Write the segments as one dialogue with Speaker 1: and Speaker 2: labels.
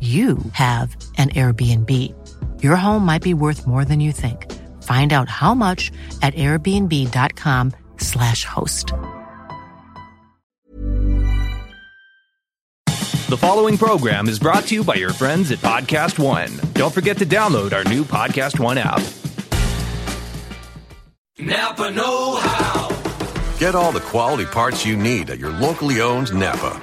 Speaker 1: you have an Airbnb. Your home might be worth more than you think. Find out how much at airbnb.com/slash host.
Speaker 2: The following program is brought to you by your friends at Podcast One. Don't forget to download our new Podcast One app.
Speaker 3: Napa Know How.
Speaker 4: Get all the quality parts you need at your locally owned Napa.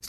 Speaker 5: It's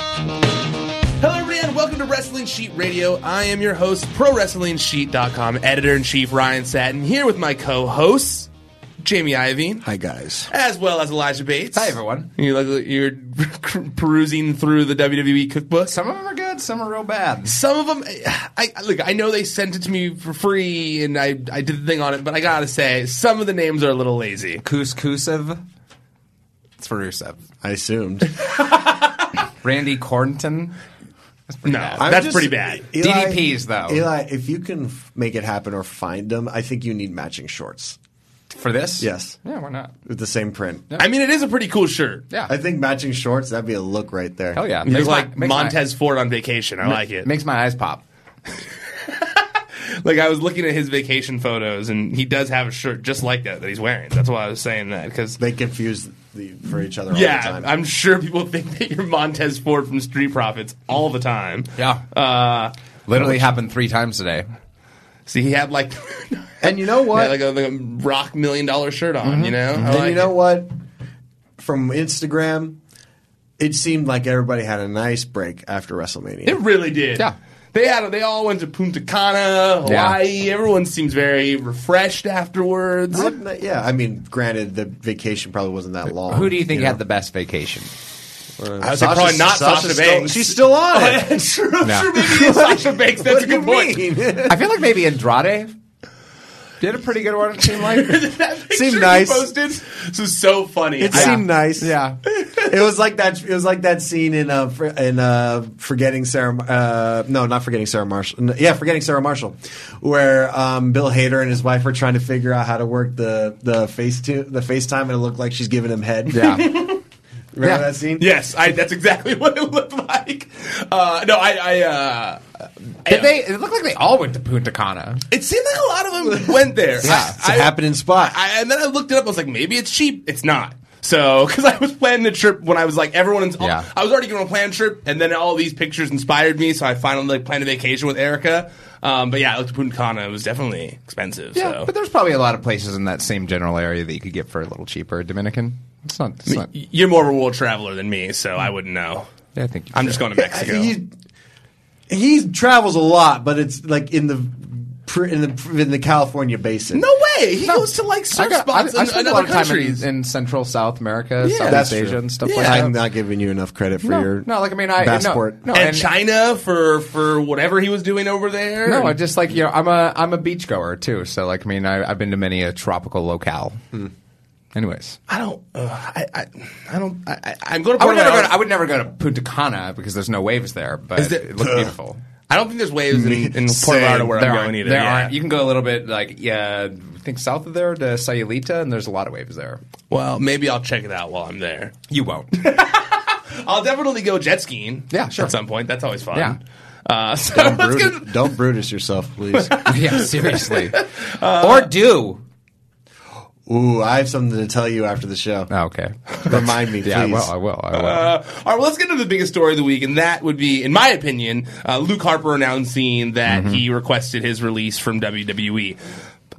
Speaker 6: Hello, everybody, and welcome to Wrestling Sheet Radio. I am your host, ProWrestlingSheet.com editor in chief Ryan Satin, here with my co hosts, Jamie Iovine. Hi, guys. As well as Elijah Bates.
Speaker 7: Hi, everyone.
Speaker 6: You look like you're perusing through the WWE cookbook.
Speaker 7: Some of them are good, some are real bad.
Speaker 6: Some of them, I, I look. I know they sent it to me for free, and I, I did the thing on it. But I gotta say, some of the names are a little lazy.
Speaker 7: Couscousev. It's for Rusev.
Speaker 8: I assumed.
Speaker 7: Randy Cornton. That's pretty
Speaker 6: No,
Speaker 7: bad.
Speaker 6: that's pretty bad.
Speaker 7: DDPs, though.
Speaker 8: Eli, if you can f- make it happen or find them, I think you need matching shorts
Speaker 7: For this?
Speaker 8: Yes.
Speaker 7: Yeah, why not?
Speaker 8: with the same print.
Speaker 6: I mean, it is a pretty cool shirt.
Speaker 7: Yeah.
Speaker 8: I think matching shorts, that'd be a look right there.
Speaker 7: Hell yeah.
Speaker 6: You look like
Speaker 7: my, makes
Speaker 6: Montez Ford on vacation. I like
Speaker 7: My,
Speaker 6: it.
Speaker 7: makes my eyes pop.
Speaker 6: like I was looking at his vacation photos, and he does have a shirt just like that that he's wearing. That's why I was saying that because
Speaker 8: They confuse the, for each other all
Speaker 6: yeah,
Speaker 8: the time.
Speaker 6: I'm sure people think that you're Montez Ford from Street Profits all the time.
Speaker 7: Yeah.
Speaker 6: Uh,
Speaker 7: Literally happened three times today.
Speaker 6: see, he had like
Speaker 8: and you know
Speaker 6: he had
Speaker 8: what?
Speaker 6: like a, like a rock million dollar shirt on. You know, I
Speaker 8: and
Speaker 6: like
Speaker 8: you know
Speaker 6: it.
Speaker 8: what? From Instagram, it seemed like everybody had a nice break after WrestleMania.
Speaker 6: It really did.
Speaker 7: Yeah.
Speaker 6: They had. They all went to Punta Cana,
Speaker 7: Yeah.
Speaker 6: Hawaii. Everyone seems very refreshed afterwards.
Speaker 8: What- yeah, I mean, granted, the vacation probably wasn't that long.
Speaker 7: Who do you think
Speaker 8: know?
Speaker 7: had the best vacation?
Speaker 6: I would say probably not Sasha, Banks. Oh,
Speaker 5: she's still on it.
Speaker 6: true,
Speaker 7: No.
Speaker 6: true. Maybe it is Sasha Banks. That's a good point.
Speaker 7: I feel like maybe Andrade did a pretty good one. It seemed like
Speaker 6: Seemed
Speaker 5: nice.
Speaker 6: Posted. This is so funny.
Speaker 5: It
Speaker 6: I-
Speaker 5: seemed nice.
Speaker 7: Yeah.
Speaker 5: it was like that. It was like that scene in uh for- in uh forgetting Sarah. Uh, no, not forgetting Sarah Marshall. N- Yeah, forgetting Sarah Marshall, where um, Bill Hader and his wife were trying to figure out how to work the the face to the FaceTime, and it looked like she's giving him head.
Speaker 7: Yeah.
Speaker 5: remember
Speaker 7: Yeah.
Speaker 5: that scene?
Speaker 6: yes, I, that's exactly what it looked like. Uh, no, I. I uh,
Speaker 7: Did they? It looked like they all went to Punta Cana.
Speaker 6: it seemed like a lot of them went there.
Speaker 5: Yeah, it's a
Speaker 6: I- I-
Speaker 5: happening spot.
Speaker 6: I, and then I looked it up. I was like, maybe it's cheap. It's not. So, because I was planning the trip when I was like, everyone's.
Speaker 7: Yeah.
Speaker 6: I was already going on a planned trip, and then all these pictures inspired me, so I finally like, planned a vacation with Erica. Um, but yeah, I looked at Punta Cana. It was definitely expensive.
Speaker 7: Yeah,
Speaker 6: so.
Speaker 7: but there's probably a lot of places in that same general area that you could get for a little cheaper. Dominican. It's not. It's not.
Speaker 6: Y- You're more of a world traveler than me, so I wouldn't know.
Speaker 7: I think you
Speaker 6: I'm
Speaker 7: should.
Speaker 6: just going to Mexico.
Speaker 5: He, he travels a lot, but it's like in the pr- in the in the California basin.
Speaker 6: no way. He goes to like surf
Speaker 7: I, got, I, I
Speaker 6: spots in,
Speaker 7: spent
Speaker 6: in
Speaker 7: a lot
Speaker 6: other
Speaker 7: of time
Speaker 6: countries.
Speaker 7: in, in Central South America, Southeast
Speaker 5: that's
Speaker 7: Asia,
Speaker 5: true.
Speaker 7: and stuff
Speaker 6: Yeah.
Speaker 7: like that.
Speaker 5: I'm not giving you enough credit for
Speaker 7: no,
Speaker 5: your
Speaker 7: no, like I mean, I
Speaker 5: passport.
Speaker 7: No, no,
Speaker 6: and,
Speaker 7: and-
Speaker 6: China for for whatever he was doing over there.
Speaker 7: No, I
Speaker 6: And-
Speaker 7: just like you know, I'm a I'm a beachgoer too. So like, I mean, I, I've been to many a tropical locale. Anyways,
Speaker 6: Hmm. I don't. Uh, I, I I don't. I, I, I'm going to.
Speaker 7: I would never
Speaker 6: Puerto
Speaker 7: go.
Speaker 6: Vallarta.
Speaker 7: To, I would never go to Punta Cana because there's no waves there, but
Speaker 6: Is there-
Speaker 7: it looks
Speaker 6: Ugh.
Speaker 7: beautiful.
Speaker 6: I don't think there's waves in, in Puerto
Speaker 5: Same.
Speaker 6: Vallarta where
Speaker 7: there
Speaker 6: I'm
Speaker 7: aren't,
Speaker 6: going either.
Speaker 7: there
Speaker 6: yeah.
Speaker 7: aren't. You can go a little bit like yeah, I think south of there to Sayulita, and there's a lot of waves there.
Speaker 6: well, maybe I'll check it out while I'm there.
Speaker 7: You won't.
Speaker 6: I'll definitely go jet skiing.
Speaker 7: Yeah, sure.
Speaker 6: At some point, that's always fun.
Speaker 7: Yeah.
Speaker 6: Uh, so
Speaker 5: Don't,
Speaker 6: let's get-
Speaker 5: Brutus, don't Brutus yourself, please.
Speaker 7: yeah, seriously.
Speaker 6: Uh,
Speaker 7: or do.
Speaker 5: Ooh, I have something to tell you after the show.
Speaker 7: Oh, okay.
Speaker 5: Remind me, please.
Speaker 7: Yeah, I will. I will. I will.
Speaker 6: Uh, All right, well, let's get into the biggest story of the week, and that would be, in my opinion, uh, Luke Harper announcing that
Speaker 7: Mm-hmm.
Speaker 6: he requested his release from WWE.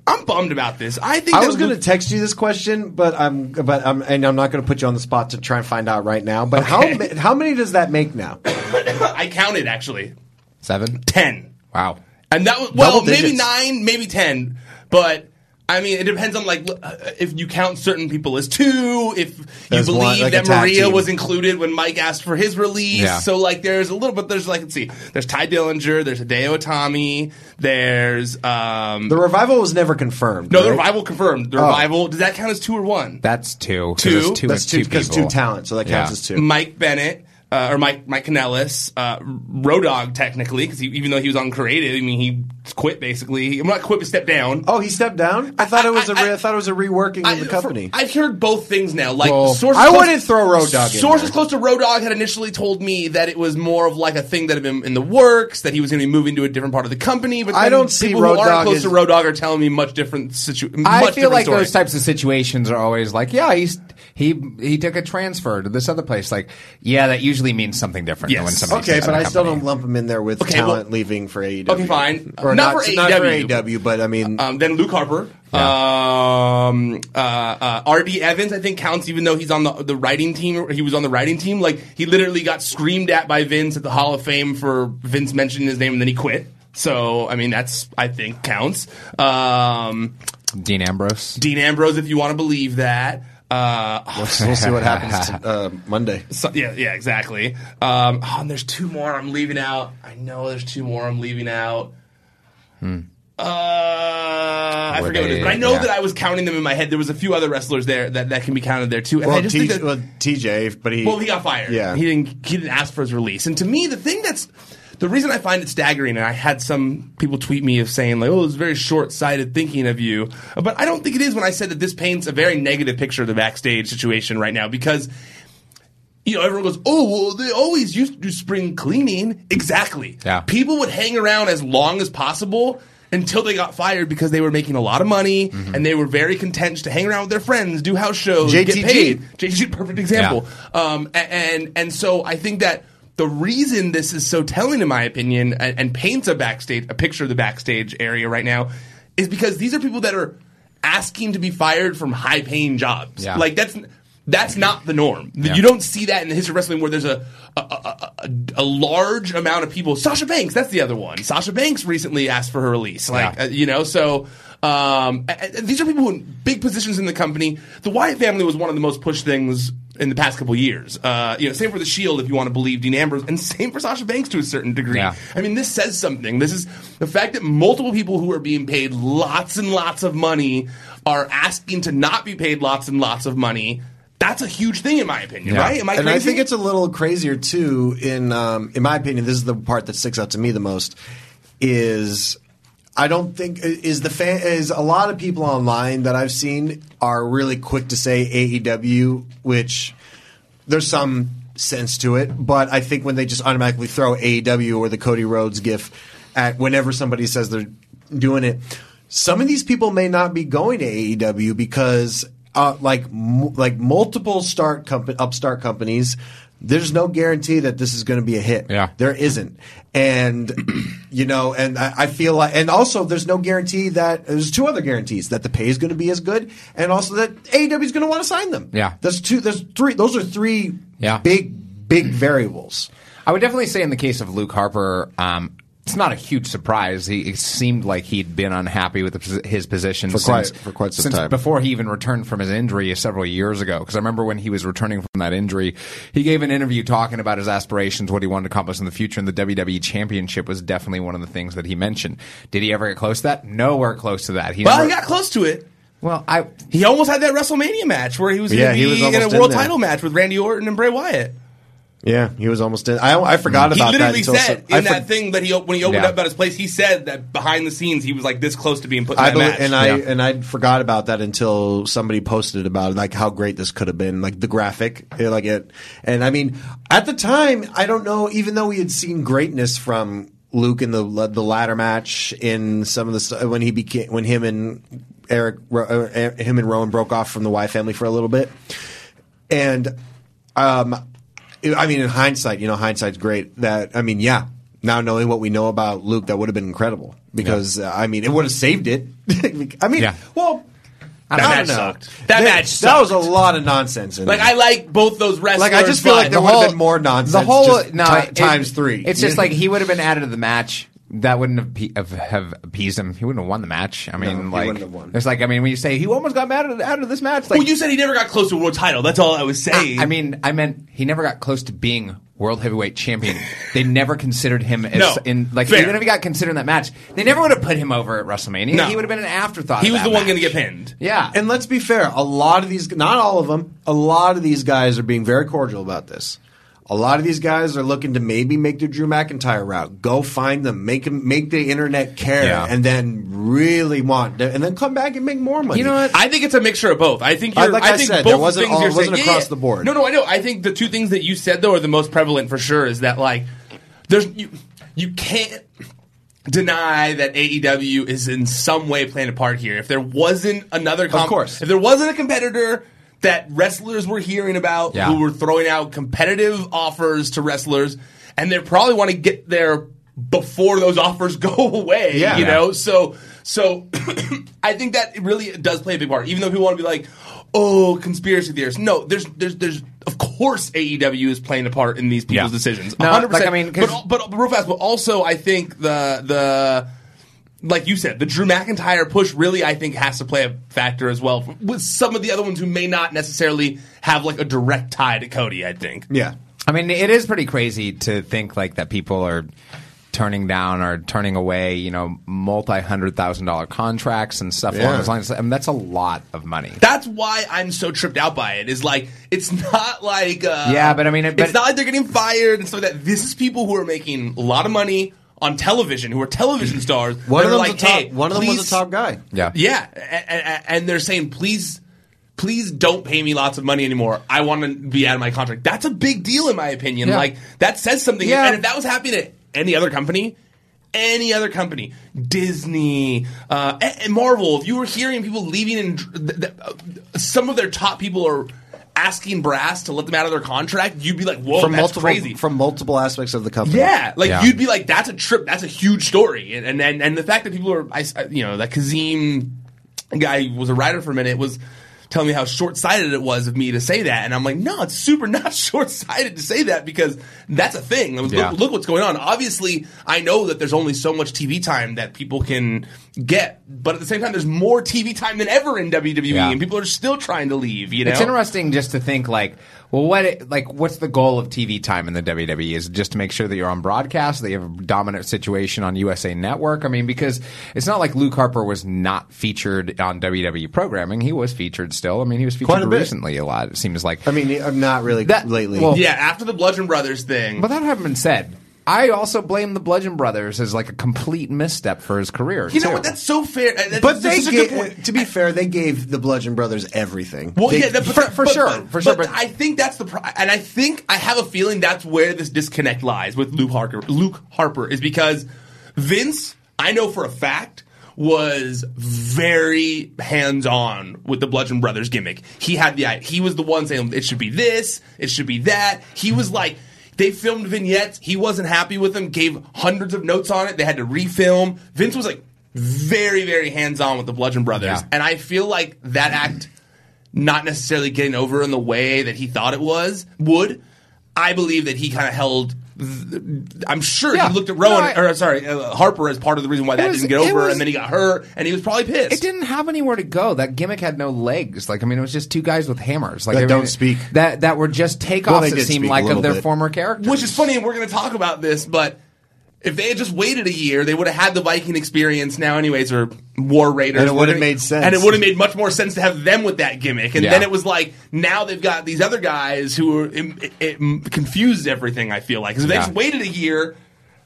Speaker 6: I'm bummed about this. I think
Speaker 5: I
Speaker 6: that
Speaker 5: was going to
Speaker 6: Luke-
Speaker 5: text you this question, but I'm, but I'm, and I'm not going to put you on the spot to try and find out right now. But how ma- how many does that make now?
Speaker 6: I counted actually
Speaker 7: Seven.
Speaker 6: ten,
Speaker 7: Wow.
Speaker 6: and that was well,
Speaker 5: Double
Speaker 6: maybe
Speaker 5: digits.
Speaker 6: nine, maybe ten, but. I mean, it depends on like uh, if you count certain people as two. If you
Speaker 5: As
Speaker 6: believe
Speaker 5: one- like a
Speaker 6: that
Speaker 5: tag
Speaker 6: Maria
Speaker 5: team.
Speaker 6: was included when Mike asked for his release,
Speaker 7: Yeah.
Speaker 6: so like there's a little bit. There's like let's see, there's Ty Dillinger, there's Hideo Itami, there's um,
Speaker 5: The revival was never confirmed.
Speaker 6: No, the
Speaker 5: right? Oh.
Speaker 6: revival confirmed. The revival. Does that count as two or one?
Speaker 7: That's two. 'cause
Speaker 6: Two?
Speaker 7: there's two
Speaker 5: That's
Speaker 7: it's
Speaker 5: two because two
Speaker 7: people.
Speaker 5: talent, so that counts
Speaker 7: Yeah.
Speaker 5: as two.
Speaker 6: Mike Bennett. Uh, or Mike Mike Kanellis, uh, Rodog technically, because even though he was on creative, I mean he quit basically. I'm not quit, but stepped down.
Speaker 5: Oh, he stepped down. I thought it was a re-
Speaker 6: I-
Speaker 5: I thought it was a reworking
Speaker 6: I,
Speaker 5: of the company.
Speaker 6: I've heard both things now. Like
Speaker 7: Well,
Speaker 6: sources
Speaker 5: I
Speaker 6: close-
Speaker 5: wouldn't throw Road Dogg in
Speaker 6: Sources
Speaker 5: there.
Speaker 6: close to Road Dogg had initially told me that it was more of like a thing that had been in the works, that he was going to be moving to a different part of the company. But
Speaker 5: I
Speaker 6: then
Speaker 5: don't see
Speaker 6: people
Speaker 5: Road
Speaker 6: who aren't
Speaker 5: Dogg
Speaker 6: close
Speaker 5: as-
Speaker 6: to Road Dogg are telling me much different situ-
Speaker 7: I
Speaker 6: much
Speaker 7: feel
Speaker 6: different
Speaker 7: like
Speaker 6: story.
Speaker 7: those types of situations are always like, yeah, he's he he took a transfer to this other place. Like, yeah, that usually means something different than
Speaker 6: Yes.
Speaker 7: when somebody.
Speaker 5: Okay,
Speaker 7: takes
Speaker 5: but
Speaker 7: another
Speaker 5: I still
Speaker 7: company.
Speaker 5: don't lump him in there with
Speaker 6: Okay,
Speaker 5: talent
Speaker 6: well-
Speaker 5: leaving for AEW.
Speaker 6: Okay, fine.
Speaker 5: Or
Speaker 6: Not
Speaker 5: not,
Speaker 6: for
Speaker 5: not for
Speaker 6: AEW.
Speaker 5: AEW, but I mean,
Speaker 6: Um, then Luke Harper, um, uh, uh, R.D. Evans, I think counts even though he's on the the writing team. Or he was on the writing team. Like he literally got screamed at by Vince at the Hall of Fame for Vince mentioning his name and then he quit. So I mean that's I think counts. Um,
Speaker 7: Dean Ambrose.
Speaker 6: Dean Ambrose, if you want to believe that. Uh,
Speaker 5: we'll see what happens to, uh, Monday.
Speaker 6: so- yeah, yeah, exactly. Um, oh, and there's two more I'm leaving out. I know there's two more I'm leaving out.
Speaker 5: Hmm.
Speaker 6: Uh, I
Speaker 7: Were
Speaker 6: forget what it is,
Speaker 7: they-
Speaker 6: but I know
Speaker 7: yeah.
Speaker 6: that I was counting them in my head. There was a few other wrestlers there that, that can be counted there too. And I
Speaker 5: Well,
Speaker 6: just
Speaker 5: T-
Speaker 6: think that,
Speaker 5: well, TJ, but he
Speaker 6: well, he got fired.
Speaker 5: Yeah,
Speaker 6: he didn't. He didn't ask for his release. And to me, the thing that's the reason I find it staggering, and I had some people tweet me of saying like, "Oh, it's very short-sighted thinking of you," but I don't think it is when I said that this paints a very negative picture of the backstage situation right now because. You know, everyone goes, "Oh, well, they always used to do spring cleaning." Exactly.
Speaker 7: Yeah.
Speaker 6: People would hang around as long as possible until they got fired because they were making a lot of money
Speaker 7: Mm-hmm.
Speaker 6: and they were very content to hang around with their friends, do house shows, get
Speaker 5: JTG.
Speaker 6: paid. JTG, perfect example.
Speaker 7: Yeah.
Speaker 6: Um, a- and and so I think that the reason this is so telling, in my opinion, and, and paints a backstage a picture of the backstage area right now, is because these are people that are asking to be fired from high paying jobs.
Speaker 7: Yeah.
Speaker 6: Like that's that's not the norm.
Speaker 7: Yeah.
Speaker 6: You don't see that in the history of wrestling where there's a a, a, a a large amount of people. Sasha Banks, that's the other one. Sasha Banks recently asked for her release. Like
Speaker 7: Yeah.
Speaker 6: uh, you know, so. Um, a- a- these are people in big positions in the company. The Wyatt family was one of the most pushed things in the past couple years. Uh, you know, same for the Shield if you want to believe Dean Ambrose, and same for Sasha Banks to a certain degree. I mean, this says something. This is the fact that multiple people who are being paid lots and lots of money are asking to not be paid lots and lots of money. That's a huge thing, in my opinion. Right? Am I
Speaker 9: and
Speaker 6: crazy?
Speaker 9: I think it's a little crazier too. In um, in my opinion, this is the part that sticks out to me the most. Is I don't think is the fan is a lot of people online that I've seen are really quick to say AEW, which there's some sense to it, but I think when they just automatically throw AEW or the Cody Rhodes gif at whenever somebody says they're doing it, some of these people may not be going to AEW because uh, like m- like multiple start compa- upstart companies, there's no guarantee that this is going to be a hit. Yeah, there isn't, and you know, and I, I feel like, and also there's no guarantee that there's two other guarantees that the pay is going to be as good, and also that AEW is going to want to sign them.
Speaker 7: Yeah.
Speaker 9: There's two. There's three. Those are three big, big variables.
Speaker 7: I would definitely say in the case of Luke Harper, um, it's not a huge surprise. He it seemed like he'd been unhappy with the, posi- his position
Speaker 9: For quite-
Speaker 7: since,
Speaker 9: for quite some
Speaker 7: since
Speaker 9: time.
Speaker 7: before he even returned from his injury several years ago. Because I remember when he was returning from that injury, he gave an interview talking about his aspirations, what he wanted to accomplish in the future, and the WWE Championship was definitely one of the things that he mentioned. Did he ever get close to that? Nowhere close to that. He
Speaker 6: well,
Speaker 7: never-
Speaker 6: he got close to it.
Speaker 7: Well, I
Speaker 6: he almost had that WrestleMania match where he was going
Speaker 9: Yeah,
Speaker 6: to
Speaker 9: he was
Speaker 6: be in a
Speaker 9: almost in
Speaker 6: world
Speaker 9: there.
Speaker 6: title match with Randy Orton and Bray Wyatt.
Speaker 9: Yeah, he was almost in. I, I forgot
Speaker 6: He
Speaker 9: about that.
Speaker 6: literally
Speaker 9: until
Speaker 6: said
Speaker 9: so- I
Speaker 6: in
Speaker 9: for-
Speaker 6: that thing that he op- when he opened
Speaker 9: Yeah.
Speaker 6: up about his place, he said that behind the scenes he was like this close to being put in
Speaker 9: I
Speaker 6: that
Speaker 9: believe,
Speaker 6: match.
Speaker 9: and I and I forgot about that until somebody posted about it, like how great this could have been, like the graphic, eh, like it. And I mean, at the time, I don't know. Even though we had seen greatness from Luke in the the ladder match, in some of the st- Uh, when he became when him and Eric, Ro- er, er, him and Rowan broke off from the Y family for a little bit, and um, I mean, in hindsight, you know, hindsight's great. That I mean, yeah. Now knowing what we know about Luke, that would have been incredible because uh, I mean, it would have saved it. I mean, well,
Speaker 6: That
Speaker 9: I don't
Speaker 6: match
Speaker 9: know.
Speaker 6: sucked. That match
Speaker 9: That
Speaker 6: sucked.
Speaker 9: was a lot of nonsense. In
Speaker 6: like
Speaker 9: there.
Speaker 6: I like both those wrestlers.
Speaker 9: Like, I just feel like there
Speaker 6: but-
Speaker 9: would've been more nonsense,
Speaker 7: The whole
Speaker 9: just
Speaker 7: no,
Speaker 9: ti-
Speaker 7: it-
Speaker 9: times three.
Speaker 7: It's just like he would have been added to the match. That wouldn't have, pe- have have appeased him. He wouldn't have won the match. I
Speaker 9: he wouldn't
Speaker 7: mean, like
Speaker 9: have won.
Speaker 7: it's like I mean when you say he almost got mad out of this match. Like,
Speaker 6: well, you said he never got close to a world title. That's all I was saying.
Speaker 7: I mean, I meant he never got close to being world heavyweight champion. they never considered him as
Speaker 6: No,
Speaker 7: in like
Speaker 6: fair.
Speaker 7: even if he got considered in that match, they never would have put him over at WrestleMania.
Speaker 6: No.
Speaker 7: He would have been an afterthought.
Speaker 6: he
Speaker 7: of
Speaker 6: was
Speaker 7: that
Speaker 6: the one
Speaker 7: match.
Speaker 6: going to get pinned.
Speaker 7: Yeah,
Speaker 9: And let's be fair, a lot of these, not all of them, a lot of these guys are being very cordial about this. A lot of these guys are looking to maybe make the Drew McIntyre route. Go find them, make 'em- make the internet care,
Speaker 7: Yeah.
Speaker 9: and then really want, and then come back and make more money.
Speaker 6: You know what? I think it's a mixture of both. I think
Speaker 9: I-
Speaker 6: you're,
Speaker 9: like I
Speaker 6: think
Speaker 9: said,
Speaker 6: both
Speaker 9: there wasn't
Speaker 6: things
Speaker 9: all-
Speaker 6: you're
Speaker 9: it wasn't
Speaker 6: saying-
Speaker 9: across the board.
Speaker 6: No, no, I know. I think the two things that you said though are the most prevalent for sure. Is that like there's you you can't deny that AEW is in some way playing a part here. If there wasn't another, comp-
Speaker 9: course.
Speaker 6: if there wasn't a competitor. That wrestlers were hearing about,
Speaker 7: Yeah.
Speaker 6: who were throwing out competitive offers to wrestlers, and they probably want to get there before those offers go away.
Speaker 9: Yeah.
Speaker 6: you
Speaker 9: Yeah.
Speaker 6: know, so so I think that it really does play a big part. Even though people want to be like, "Oh, conspiracy theorists." No, there's there's there's of course AEW is playing a part in these people's
Speaker 7: Yeah.
Speaker 6: decisions.
Speaker 7: No,
Speaker 6: 100%.
Speaker 7: like, I mean, 'cause-
Speaker 6: but, but but real fast, but also I think the the like you said, the Drew McIntyre push really, I think, has to play a factor as well with some of the other ones who may not necessarily have like a direct tie to Cody. I think.
Speaker 9: yeah.
Speaker 7: I mean, it is pretty crazy to think like that people are turning down or turning away, you know, multi hundred thousand dollar contracts and stuff along
Speaker 9: Yeah.
Speaker 7: those lines. I mean, that's a lot of money.
Speaker 6: That's why I'm so tripped out by it. Is like it's not like uh,
Speaker 7: Yeah, but I mean, it- but-
Speaker 6: it's not like they're getting fired and stuff like that. This is people who are making a lot of money on television, who are television stars.
Speaker 9: One
Speaker 6: that
Speaker 9: of
Speaker 6: are
Speaker 9: them's
Speaker 6: like,
Speaker 9: a top.
Speaker 6: hey,
Speaker 9: one of them was
Speaker 6: please-
Speaker 9: a top guy.
Speaker 7: Yeah.
Speaker 6: Yeah, and, and they're saying, please, please don't pay me lots of money anymore. I want to be out of my contract. That's a big deal, in my opinion.
Speaker 7: Yeah.
Speaker 6: Like that says something.
Speaker 7: Yeah.
Speaker 6: And if that was happening at any other company. Any other company, Disney, uh, and and Marvel. If you were hearing people leaving, and dr- th- th- uh, some of their top people are asking brass to let them out of their contract, you'd be like, "Whoa,
Speaker 9: from
Speaker 6: that's
Speaker 9: multiple
Speaker 6: crazy!"
Speaker 9: from multiple aspects of the company.
Speaker 6: Yeah, like
Speaker 7: Yeah.
Speaker 6: you'd be like, that's a trip. That's a huge story, and and and, and the fact that people are, I, I- you know, that Kazim guy who was a writer for a minute was telling me how short sighted it was of me to say that, and I'm like, no, it's super not short sighted to say that because that's a thing. Look,
Speaker 7: Yeah.
Speaker 6: look what's going on. Obviously, I know that there's only so much TV time that people can get, but at the same time, there's more TV time than ever in E WWE,
Speaker 7: Yeah.
Speaker 6: and people are still trying to leave. You know,
Speaker 7: It's interesting just to think like Well, what it, like what's the goal of TV time in the WWE? Is it just to make sure that you're on broadcast, that you have a dominant situation on USA Network. I mean, because it's not like Luke Harper was not featured on WWE programming; he was featured still. I mean, he was featured
Speaker 5: Quite a bit.
Speaker 7: recently a lot. It seems like.
Speaker 5: I mean, I'm not really lately.
Speaker 7: well-
Speaker 6: yeah, after the Bludgeon Brothers thing.
Speaker 7: But that having been said, I also blame the Bludgeon Brothers as like a complete misstep for his career.
Speaker 6: You know
Speaker 7: too.
Speaker 6: what? That's so fair. Uh, That's,
Speaker 5: but they
Speaker 6: that's such a good point.
Speaker 5: gave, to be fair, they gave the Bludgeon Brothers everything.
Speaker 6: Well,
Speaker 5: They-
Speaker 6: yeah, that- but,
Speaker 7: for- for
Speaker 6: but-
Speaker 7: sure,
Speaker 6: but-
Speaker 7: for sure,
Speaker 6: But,
Speaker 7: but-
Speaker 6: I think that's the, pro- and I think I have a feeling that's where this disconnect lies with Luke Harper. Luke Harper is because Vince, I know for a fact, was very hands on with the Bludgeon Brothers gimmick. He had the, he was the one saying it should be this, it should be that. He was like. They filmed vignettes. He wasn't happy with them. Gave hundreds of notes on it. They had to refilm. Vince was like very, very hands on with the Bludgeon Brothers,
Speaker 7: Yeah.
Speaker 6: and I feel like that act not necessarily getting over in the way that he thought it was would. I believe that he kind of held. I'm sure
Speaker 7: Yeah.
Speaker 6: he looked at Rowan,
Speaker 7: No, I-
Speaker 6: or sorry, uh, Harper as part of the reason why that
Speaker 7: was-
Speaker 6: didn't get
Speaker 7: it
Speaker 6: over,
Speaker 7: was-
Speaker 6: and then he got hurt, and he was probably pissed.
Speaker 7: It didn't have anywhere to go. That gimmick had no legs. Like I mean, it was just two guys with hammers. Like
Speaker 5: That
Speaker 7: I mean,
Speaker 5: don't speak.
Speaker 7: That that were just takeoffs.
Speaker 5: Well, they
Speaker 7: it
Speaker 5: did
Speaker 7: seemed
Speaker 5: speak a
Speaker 7: like
Speaker 5: little
Speaker 7: of their
Speaker 5: bit.
Speaker 7: former characters.
Speaker 6: Which is funny, and we're going to talk about this, but if they had just waited a year, they would have had the Viking experience now, anyways, or War Raiders.
Speaker 5: And it
Speaker 6: We're
Speaker 5: would've
Speaker 6: gonna-
Speaker 5: made sense.
Speaker 6: And it would have made much more sense to have them with that gimmick. And
Speaker 7: Yeah.
Speaker 6: then it was like, now they've got these other guys who are. It, it, it confused everything, I feel like. 'Cause if
Speaker 7: Yeah.
Speaker 6: they just waited a year,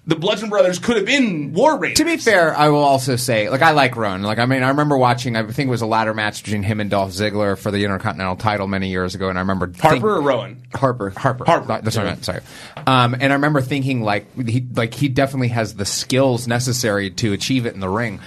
Speaker 6: the Bludgeon Brothers could have been War Raiders.
Speaker 7: To be fair, I will also say, like, I like Rowan. Like, I mean, I remember watching, I think it was a ladder match between him and Dolph Ziggler for the Intercontinental title many years ago, and I remember.
Speaker 6: Harper
Speaker 7: think-
Speaker 6: or Rowan?
Speaker 7: Harper. Harper.
Speaker 6: Harper.
Speaker 7: Not- That's what I meant, sorry. Um, and I remember thinking, like, he, like, he definitely has the skills necessary to achieve it in the ring.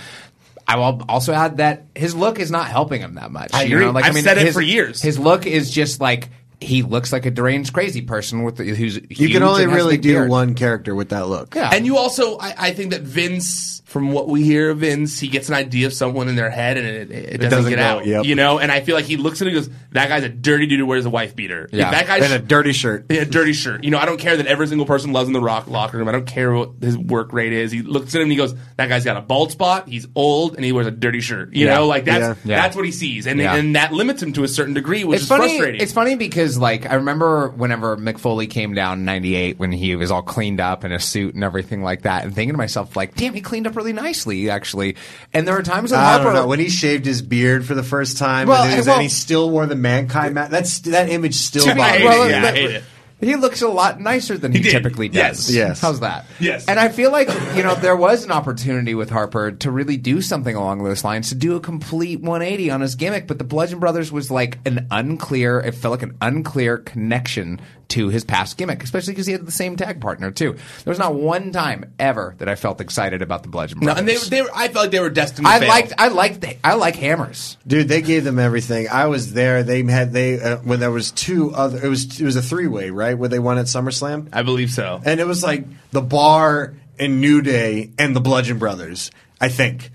Speaker 7: I will also add that his look is not helping him that much.
Speaker 6: I
Speaker 7: you
Speaker 6: agree.
Speaker 7: Know? Like,
Speaker 6: I've said it
Speaker 7: his-
Speaker 6: for years.
Speaker 7: His look is just like. He looks like a deranged, crazy person with the, who's
Speaker 5: you
Speaker 7: huge
Speaker 5: can only
Speaker 7: and has a
Speaker 5: really
Speaker 7: big
Speaker 5: do
Speaker 7: beard.
Speaker 5: one character with that look.
Speaker 7: Yeah.
Speaker 6: And you also, I, I think that Vince, from what we hear of Vince, he gets an idea of someone in their head and it, it, it doesn't,
Speaker 5: doesn't
Speaker 6: get
Speaker 5: go,
Speaker 6: out.
Speaker 5: yep.
Speaker 6: You know, and I feel like he looks at it and goes, that guy's a dirty dude who wears a wife beater.
Speaker 7: Yeah.
Speaker 6: That guy's
Speaker 5: and a dirty shirt.
Speaker 6: Yeah, dirty shirt. You know, I don't care that every single person loves him in the rock locker room. I don't care what his work rate is. He looks at him and he goes, "That guy's got a bald spot. He's old, and he wears a dirty shirt." You
Speaker 7: Yeah.
Speaker 6: know, like that's
Speaker 7: Yeah. Yeah.
Speaker 6: that's what he sees, and
Speaker 7: Yeah.
Speaker 6: and that limits him to a certain degree, which is
Speaker 7: funny,
Speaker 6: frustrating.
Speaker 7: It's funny because like I remember whenever Mick Foley came down in '98 when he was all cleaned up in a suit and everything like that, and thinking to myself like, "Damn, he cleaned up really nicely, actually." And there were times when
Speaker 5: I
Speaker 7: Harper,
Speaker 5: don't know. When he shaved his beard for the first time,
Speaker 7: Well,
Speaker 5: and, then he was-
Speaker 7: well-
Speaker 5: and he still wore the mankind mask. That's that image still
Speaker 6: To be-
Speaker 5: bothers
Speaker 6: well,
Speaker 5: me.
Speaker 6: yeah, I
Speaker 7: that-
Speaker 6: hate it.
Speaker 7: He looks a lot nicer than he,
Speaker 6: did.
Speaker 7: typically does.
Speaker 6: Yes.
Speaker 5: Yes.
Speaker 7: How's that?
Speaker 6: Yes.
Speaker 7: And I feel like, you know, there was an opportunity with Harper to really do something along those lines, to do a complete 180 on his gimmick, but the Bludgeon Brothers was like an unclear, it felt like an unclear connection to his past gimmick, especially because he had the same tag partner, too. There was not one time ever that I felt excited about the Bludgeon
Speaker 6: no,
Speaker 7: Brothers.
Speaker 6: and they they were, I felt like they were destined. To
Speaker 7: I
Speaker 6: fail.
Speaker 7: liked, I liked, the, I like hammers.
Speaker 5: Dude, they gave them everything. I was there. They had they uh, when there was two other. It was it was a three way right where they won at SummerSlam,
Speaker 6: I believe so.
Speaker 5: and it was like the Bar and New Day and the Bludgeon Brothers, I think,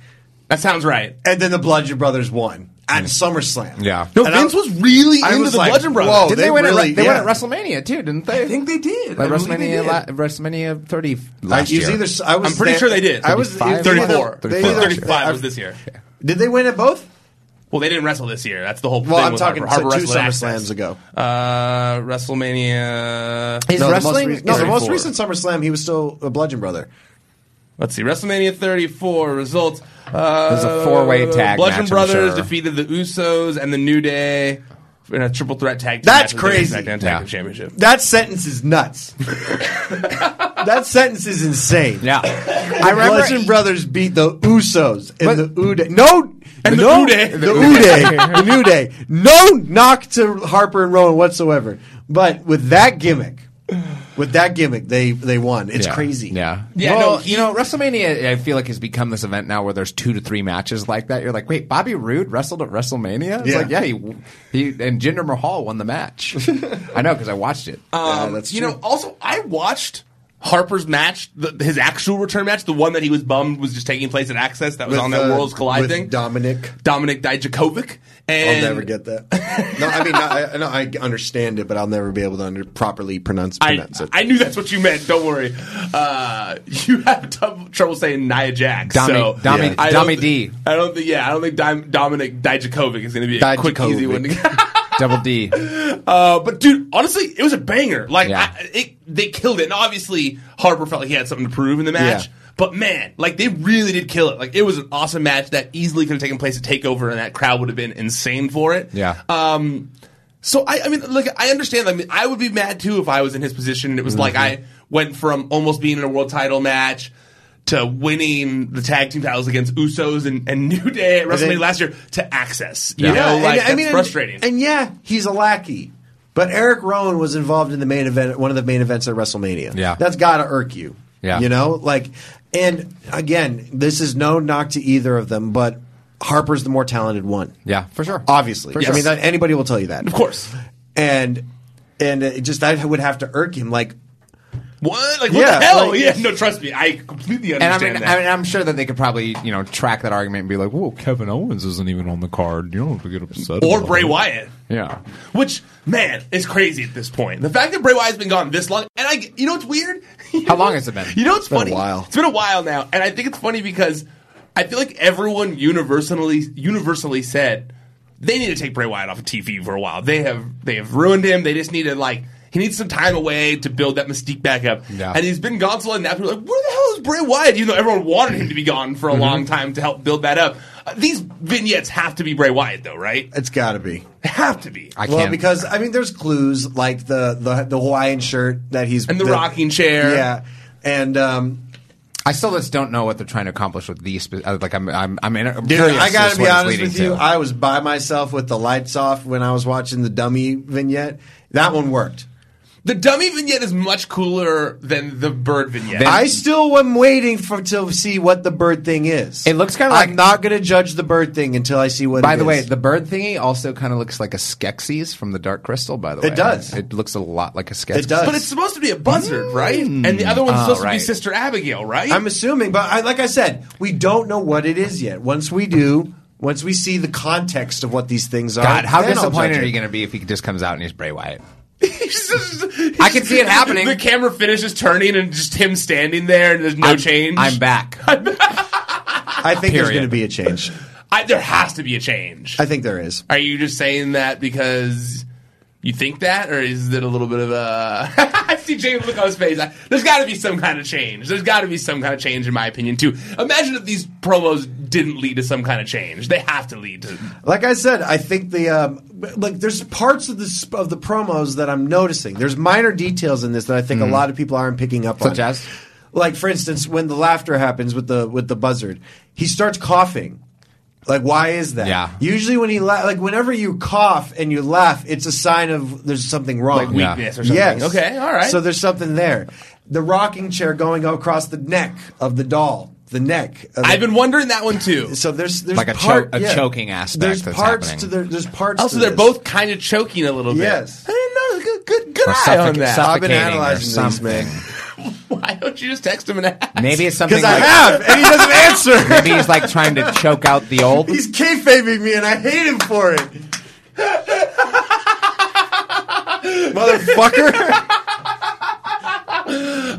Speaker 6: that sounds right. Mm.
Speaker 5: and then the Bludgeon Brothers won at SummerSlam.
Speaker 7: Yeah.
Speaker 6: No,
Speaker 5: And I-
Speaker 6: Vince was really
Speaker 5: I
Speaker 6: into
Speaker 5: was
Speaker 6: the
Speaker 5: like,
Speaker 6: Bludgeon Brothers.
Speaker 5: whoa,
Speaker 7: Did they, win at, Re-
Speaker 5: really-
Speaker 7: they
Speaker 5: yeah.
Speaker 7: won at WrestleMania too, didn't they?
Speaker 6: I think they did.
Speaker 7: Like
Speaker 6: I believe they
Speaker 7: WrestleMania,
Speaker 6: did.
Speaker 7: la- WrestleMania 30
Speaker 5: I,
Speaker 7: last
Speaker 5: it was
Speaker 7: year.
Speaker 5: either s- I was
Speaker 6: I'm pretty
Speaker 5: there-
Speaker 6: sure they did.
Speaker 5: I was
Speaker 7: 35?
Speaker 5: they either-
Speaker 6: 34.
Speaker 5: they either-
Speaker 6: 35 was this year.
Speaker 5: Did they win at both?
Speaker 6: Well, they didn't wrestle this year. That's the whole.
Speaker 5: Well,
Speaker 6: thing
Speaker 5: I'm
Speaker 6: with
Speaker 5: talking
Speaker 6: Harper. Harper
Speaker 5: so two
Speaker 6: wrestled at
Speaker 5: SummerSlams
Speaker 6: Access.
Speaker 5: ago.
Speaker 6: Uh, WrestleMania.
Speaker 7: Is wrestling?
Speaker 5: the most, re- no, the most
Speaker 6: 34.
Speaker 5: recent SummerSlam, he was still a Bludgeon Brother.
Speaker 6: Let's see. WrestleMania 34 results. Uh,
Speaker 7: There's a four-way tag match,
Speaker 6: Bludgeon
Speaker 7: I'm
Speaker 6: Brothers
Speaker 7: sure.
Speaker 6: defeated the Usos and the New Day in a triple threat tag. Team
Speaker 5: That's
Speaker 6: match for the
Speaker 5: crazy.
Speaker 6: SmackDown Tag
Speaker 7: Yeah.
Speaker 6: Team Championship.
Speaker 5: That sentence is nuts. that sentence is insane.
Speaker 7: Yeah.
Speaker 5: I remember Bludgeon Brothers beat the Usos and
Speaker 7: But-
Speaker 5: the Uday. No,
Speaker 6: And the
Speaker 5: no,
Speaker 6: Uday.
Speaker 5: the Uday, the New Day. No knock to Harper and Rowan whatsoever. But with that gimmick, with that gimmick, they they won. It's
Speaker 7: Yeah.
Speaker 5: crazy.
Speaker 7: Yeah.
Speaker 6: Yeah,
Speaker 7: Well,
Speaker 6: no, he-
Speaker 7: you know, WrestleMania, I feel like has become this event now where there's two to three matches like that. You're like, wait, Bobby Roode wrestled at WrestleMania? It's
Speaker 5: Yeah.
Speaker 7: like, yeah, he, he and Jinder Mahal won the match. I know because I watched it.
Speaker 5: Yeah,
Speaker 6: Um,
Speaker 5: that's
Speaker 6: you
Speaker 5: true.
Speaker 6: know, also I watched Harper's match, the, his actual return match, the one that he was bummed was just taking place at Access. That was
Speaker 5: With,
Speaker 6: on that
Speaker 5: uh,
Speaker 6: Worlds Collide
Speaker 5: with
Speaker 6: thing.
Speaker 5: Dominic.
Speaker 6: Dominic Dijakovic. And
Speaker 5: I'll never get that. No, I mean, I, I- no, I understand it, but I'll never be able to under, properly pronounce,
Speaker 6: I,
Speaker 5: pronounce it.
Speaker 6: I knew that's what you meant. Don't worry. Uh, you had t- trouble saying Nia Jax.
Speaker 7: Domi-
Speaker 6: so
Speaker 7: Domi-
Speaker 6: I don't
Speaker 7: Domi
Speaker 6: thi-
Speaker 7: D.
Speaker 6: I don't think. Yeah, I don't think Dim- Dominic Dijakovic is going to be a quick, easy one. To
Speaker 5: Dijakovic.
Speaker 7: Double D.
Speaker 6: Uh, but dude, honestly, it was a banger. Like I, it, they killed it, and obviously Harper felt like he had something to prove in the match.
Speaker 7: Yeah.
Speaker 6: But man, like they really did kill it. Like it was an awesome match that easily could have taken place at Takeover, and that crowd would have been insane for it.
Speaker 7: Yeah.
Speaker 6: Um, so I, I mean, look, I understand. I mean, I would be mad too if I was in his position. and It was like
Speaker 5: Mm-hmm.
Speaker 6: I went from almost being in a world title match to winning the tag team titles against Usos and, and New Day at
Speaker 5: And then-
Speaker 6: WrestleMania last year to Access. You
Speaker 5: Yeah.
Speaker 6: know,
Speaker 5: and-
Speaker 6: like
Speaker 5: I
Speaker 6: that's
Speaker 5: mean, and-
Speaker 6: frustrating.
Speaker 5: And, yeah, he's a lackey. But Eric Rowan was involved in the main event, one of the main events at WrestleMania.
Speaker 7: Yeah.
Speaker 5: that's got to irk you.
Speaker 7: Yeah.
Speaker 5: you know, like, and again, this is no knock to either of them, but Harper's the more talented one.
Speaker 7: Yeah, for sure.
Speaker 5: Obviously,
Speaker 7: For
Speaker 5: I
Speaker 7: sure.
Speaker 5: mean, that, anybody will tell you that,
Speaker 6: Of course.
Speaker 5: And and it just that would have to irk him, like.
Speaker 6: What? Like, what
Speaker 5: Yeah,
Speaker 6: the hell?
Speaker 5: like-
Speaker 6: yeah, no, trust me. I completely
Speaker 7: And I
Speaker 6: understand
Speaker 7: mean,
Speaker 6: that.
Speaker 7: I mean, I'm sure that they could probably, you know, track that argument and be like, "Whoa, Kevin Owens isn't even on the card. You don't have to get upset."
Speaker 6: or
Speaker 7: about
Speaker 6: Bray
Speaker 7: it."
Speaker 6: Wyatt.
Speaker 7: Yeah,
Speaker 6: Which, man, is crazy at this point. The fact that Bray Wyatt's been gone this long, and I, you know what's weird?
Speaker 7: How long has it been?
Speaker 6: You know what's
Speaker 5: It's been a
Speaker 6: funny?
Speaker 5: while.
Speaker 6: It's been a while now, and I think it's funny because I feel like everyone universally universally said they need to take Bray Wyatt off of TV for a while. They have they have ruined him. They just need to like he needs some time away to build that mystique back up.
Speaker 7: Yeah.
Speaker 6: And he's been gone so long now. People are like, where the hell is Bray Wyatt? Even though everyone wanted him to be gone for a
Speaker 7: Mm-hmm.
Speaker 6: long time to help build that up. Uh, these vignettes have to be Bray Wyatt though, right?
Speaker 5: It's got to be.
Speaker 6: They have to be.
Speaker 7: I can't.
Speaker 5: Well, because I mean, there's clues like the the, the Hawaiian shirt that he's
Speaker 6: And the rocking chair.
Speaker 5: yeah, and um,
Speaker 7: I still just don't know what they're trying to accomplish with these. spe- uh, Like, I'm, I'm, I'm, in, I'm
Speaker 5: dude,
Speaker 7: curious.
Speaker 5: I
Speaker 7: as
Speaker 5: gotta
Speaker 7: to
Speaker 5: be
Speaker 7: what it's
Speaker 5: honest
Speaker 7: leading
Speaker 5: with you,
Speaker 7: to.
Speaker 5: I was by myself with the lights off when I was watching the dummy vignette. That one worked.
Speaker 6: The dummy vignette is much cooler than the bird vignette.
Speaker 5: I still am waiting for to see what the bird thing is.
Speaker 7: It looks kinda
Speaker 5: I'm
Speaker 7: like-
Speaker 5: not gonna judge the bird thing until I see what.
Speaker 7: by
Speaker 5: it
Speaker 7: the way,
Speaker 5: is.
Speaker 7: the bird thingy also kind of looks like a Skeksis from the Dark Crystal. By the way,
Speaker 5: It does.
Speaker 7: It looks a lot like a Skeksis.
Speaker 5: It does.
Speaker 6: but it's supposed to be a buzzard, right? And the other one's
Speaker 7: Oh,
Speaker 6: supposed to be
Speaker 7: right.
Speaker 6: Sister Abigail, right?
Speaker 5: I'm assuming, but I, like I said, we don't know what it is yet. Once we do, once we see the context of what these things are,
Speaker 7: God, how
Speaker 5: then I'll
Speaker 7: disappointed
Speaker 5: judge
Speaker 7: are
Speaker 5: it.
Speaker 7: you going to be if he just comes out and he's Bray Wyatt?
Speaker 6: He's just-
Speaker 7: I can see it happening.
Speaker 6: The camera finishes turning and just him standing there and there's no
Speaker 7: I'm-
Speaker 6: change.
Speaker 7: I'm back.
Speaker 5: I think there's
Speaker 7: Period.
Speaker 5: going to be a change.
Speaker 6: I, there has to be a change.
Speaker 5: I think there is.
Speaker 6: Are you just saying that because you think that, or is it a little bit of a? I see James look on his face. I, there's got to be some kind of change. There's got to be some kind of change, in my opinion, too. Imagine if these promos didn't lead to some kind of change. They have to lead to.
Speaker 5: Like I said, I think the um, like there's parts of the sp- of the promos that I'm noticing. There's minor details in this that I think a lot of people aren't picking up on.
Speaker 7: Mm-hmm. Such as?
Speaker 5: like for instance, when the laughter happens with the with the buzzard, he starts coughing. Like why is that?
Speaker 7: Yeah.
Speaker 5: Usually when he la- like whenever you cough and you laugh, it's a sign of there's something wrong.
Speaker 6: Like
Speaker 7: Yeah.
Speaker 6: weakness or something.
Speaker 5: Yes.
Speaker 6: Okay, all right.
Speaker 5: So there's something there. The rocking chair going across the neck of the doll. The neck. of the-
Speaker 6: I've been wondering that one too.
Speaker 5: So there's there's
Speaker 7: Like a
Speaker 5: part,
Speaker 7: choke- a
Speaker 5: yeah.
Speaker 7: choking aspect
Speaker 5: There's
Speaker 7: that's
Speaker 5: parts
Speaker 7: happening.
Speaker 5: to the, there's parts.
Speaker 6: Also,
Speaker 5: to
Speaker 6: they're
Speaker 5: this.
Speaker 6: both kind of choking a little bit.
Speaker 5: Yes.
Speaker 6: I didn't know. Good, good, good
Speaker 7: Or
Speaker 6: eye on
Speaker 7: suffoc-
Speaker 6: that.
Speaker 7: suffoc-
Speaker 5: I've been
Speaker 7: suffocating or
Speaker 5: analyzing these,
Speaker 7: something.
Speaker 5: man.
Speaker 6: Why don't you just text him and ask?
Speaker 7: Maybe it's something
Speaker 5: Because I
Speaker 7: like
Speaker 5: have, and he doesn't answer.
Speaker 7: maybe he's like trying to choke out the old.
Speaker 5: He's kayfabing me, and I hate him for it. Motherfucker!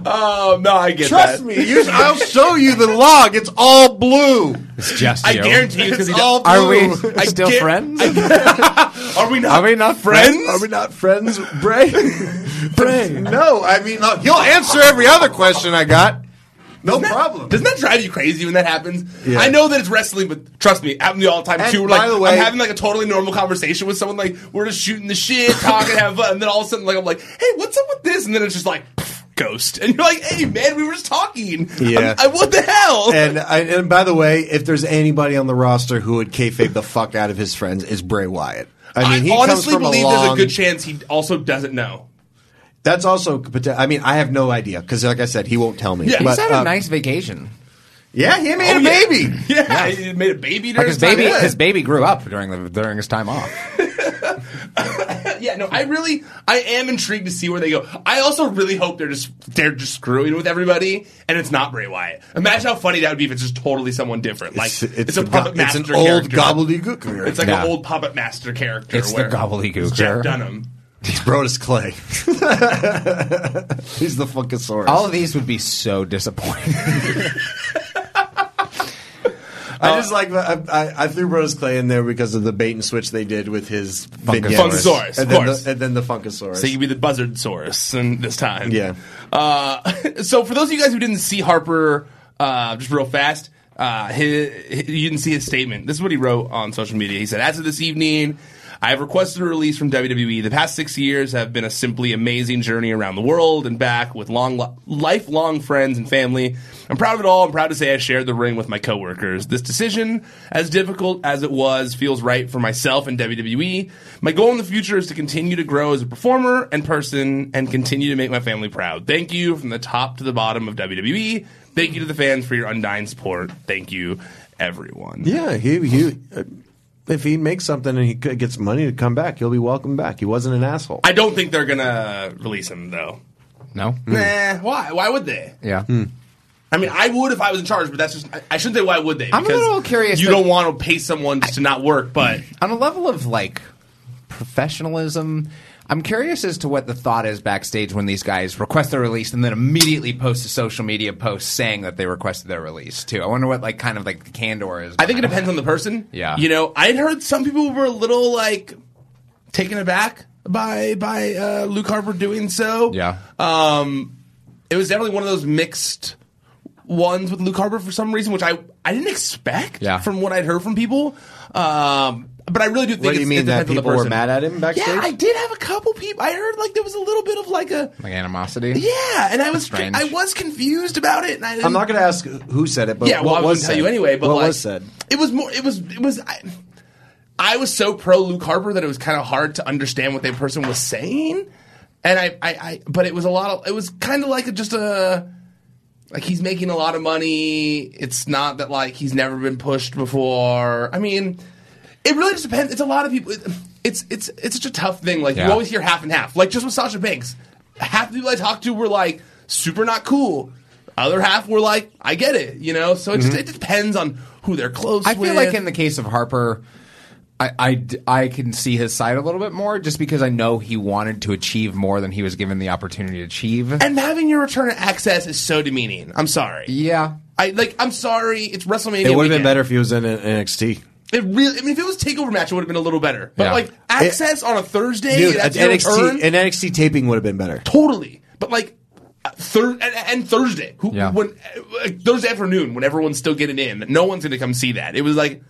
Speaker 6: Oh no, I get
Speaker 5: Trust
Speaker 6: that.
Speaker 5: me, you- I'll show you the log. It's all blue.
Speaker 7: It's just
Speaker 6: I
Speaker 7: you.
Speaker 6: guarantee you because he
Speaker 5: It's all
Speaker 6: does.
Speaker 7: Are we
Speaker 5: blue.
Speaker 6: I
Speaker 7: still
Speaker 6: guar-
Speaker 7: friends?
Speaker 6: Are we not?
Speaker 7: Are we not friends?
Speaker 5: Are we not friends, Bray? Bray? No, I mean look, he'll answer every other question I got. No
Speaker 6: Doesn't that-
Speaker 5: problem.
Speaker 6: Doesn't that drive you crazy when that happens?
Speaker 5: Yeah.
Speaker 6: I know that it's wrestling, but trust me, it happened to me all the time
Speaker 5: And
Speaker 6: too. We're
Speaker 5: by
Speaker 6: like,
Speaker 5: the way-
Speaker 6: I'm having like a totally normal conversation with someone, like we're just shooting the shit, talking, having fun, and then all of a sudden, like I'm like, hey, what's up with this? And then it's just like pff, ghost, and you're like, hey, man, we were just talking.
Speaker 5: Yeah.
Speaker 6: I, I- what the hell?
Speaker 5: And I, and by the way, if there's anybody on the roster who would kayfabe the fuck out of his friends, is Bray Wyatt. I mean, he
Speaker 6: I
Speaker 5: comes
Speaker 6: honestly
Speaker 5: from a
Speaker 6: believe there's a
Speaker 5: long-
Speaker 6: good chance he also doesn't know.
Speaker 5: That's also. pot- I mean, I have no idea because, like I said, he won't tell me.
Speaker 6: Yeah.
Speaker 5: But,
Speaker 7: he's had a
Speaker 5: um,
Speaker 7: nice vacation.
Speaker 5: Yeah, he made
Speaker 6: Oh,
Speaker 5: a
Speaker 6: yeah.
Speaker 5: baby.
Speaker 6: Yeah, he made a baby.
Speaker 7: Like
Speaker 6: during
Speaker 7: his
Speaker 6: his time.
Speaker 7: baby,
Speaker 6: Yeah.
Speaker 7: his baby grew up during the during his time off.
Speaker 6: Yeah, no, I really, I am intrigued to see where they go. I also really hope they're just they're just screwing with everybody, and it's not Bray Wyatt. Imagine how funny that would be if it's just totally someone different. Like it's, a
Speaker 5: the
Speaker 6: puppet
Speaker 5: go-
Speaker 6: master.
Speaker 5: It's an old
Speaker 6: character.
Speaker 5: gobbledygooker.
Speaker 6: It's like
Speaker 7: Yeah.
Speaker 6: an old puppet master character.
Speaker 7: It's the
Speaker 6: where
Speaker 7: gobbledygooker.
Speaker 6: It's Jeff Dunham.
Speaker 5: it's Brodus Clay. He's the funkasaurus.
Speaker 7: All of these would be so disappointing.
Speaker 6: Uh,
Speaker 5: I just like I, I, I threw Rose Clay in there because of the bait and switch they did with his vignettes.
Speaker 6: Funkasaurus, of
Speaker 5: and then,
Speaker 6: course.
Speaker 5: the, and then the Funkasaurus.
Speaker 6: So you'd be the Buzzardsaurus in this time.
Speaker 5: Yeah.
Speaker 6: Uh, so for those of you guys who didn't see Harper, uh, just real fast, uh, his, you didn't see his statement. This is what he wrote on social media. He said, "As of this evening." I have requested a release from WWE. The past six years have been a simply amazing journey around the world and back with long, li- lifelong friends and family. I'm proud of it all. I'm proud to say I shared the ring with my coworkers. This decision, as difficult as it was, feels right for myself and WWE. My goal in the future is to continue to grow as a performer and person and continue to make my family proud. Thank you from the top to the bottom of WWE. Thank you to the fans for your undying support. Thank you, everyone.
Speaker 5: Yeah, he he. Uh, if he makes something and he c- gets money to come back, he'll be welcome back. He wasn't an asshole.
Speaker 6: I don't think they're gonna release him though.
Speaker 7: No.
Speaker 5: Hmm.
Speaker 6: Nah, why? Why would they?
Speaker 7: Yeah.
Speaker 6: I mean, I would if I was in charge, but that's just. I, I shouldn't say why would they.
Speaker 7: I'm a
Speaker 6: because
Speaker 7: little curious
Speaker 6: You
Speaker 7: that-
Speaker 6: don't want to pay someone just to not work, but
Speaker 7: on a level of like professionalism i'm curious as to what the thought is backstage when these guys request their release and then immediately post a social media post saying that they requested their release too i wonder what like kind of like the candor is
Speaker 6: I think it depends on the person.
Speaker 7: Yeah.
Speaker 6: You know, I'd heard some people were a little like taken aback by by uh, Luke Harper doing so.
Speaker 7: yeah
Speaker 6: Um, it was definitely one of those mixed ones with Luke Harper for some reason, which I I didn't expect
Speaker 7: Yeah.
Speaker 6: from what I'd heard from people. Um, but I really do think
Speaker 5: What do
Speaker 6: it's,
Speaker 5: you
Speaker 6: it
Speaker 5: mean that
Speaker 6: depends on the
Speaker 5: people were
Speaker 6: person.
Speaker 5: mad at him backstage?
Speaker 6: Yeah, I did have a couple people. I heard like there was a little bit of like a
Speaker 7: like animosity
Speaker 6: yeah, and I was
Speaker 7: Strange.
Speaker 6: I was confused about it. And I
Speaker 5: I'm not going to ask who said it, but
Speaker 6: yeah, well,
Speaker 5: what
Speaker 6: I
Speaker 5: was
Speaker 6: was tell
Speaker 5: said?
Speaker 6: you anyway. But
Speaker 5: what
Speaker 6: like,
Speaker 5: was said?
Speaker 6: It was more. It was. It was. I, I was so pro Luke Harper that it was kind of hard to understand what that person was saying, and I, I, I but it was a lot of. It was kind of like a, just a. Like he's making a lot of money. It's not that like he's never been pushed before. I mean, it really just depends. It's a lot of people. It, it's it's it's such a tough thing. Like
Speaker 7: Yeah.
Speaker 6: you always hear half and half. Like just with Sasha Banks, half the people I talked to were like super not cool. Other half were like, I get it, you know. So it
Speaker 5: Mm-hmm.
Speaker 6: just it depends on who they're close.
Speaker 7: I feel
Speaker 6: with.
Speaker 7: like in the case of Harper, I, I d- I can see his side a little bit more just because I know he wanted to achieve more than he was given the opportunity to achieve.
Speaker 6: and having your return to access is so demeaning. I'm sorry.
Speaker 7: yeah.
Speaker 6: I like. I'm sorry. It's WrestleMania.
Speaker 5: It would have been
Speaker 6: weekend.
Speaker 5: better if he was in an NXT.
Speaker 6: It really. I mean, if it was takeover match, it would have been a little better. But
Speaker 7: Yeah.
Speaker 6: like access on a Thursday,
Speaker 5: Dude, an
Speaker 6: that's your return?
Speaker 5: NXT, an NXT taping would have been better.
Speaker 6: totally. But like, uh, thir- and, and Thursday, who,
Speaker 7: Yeah.
Speaker 6: when uh, Thursday afternoon, when everyone's still getting in, no one's going to come see that. It was like,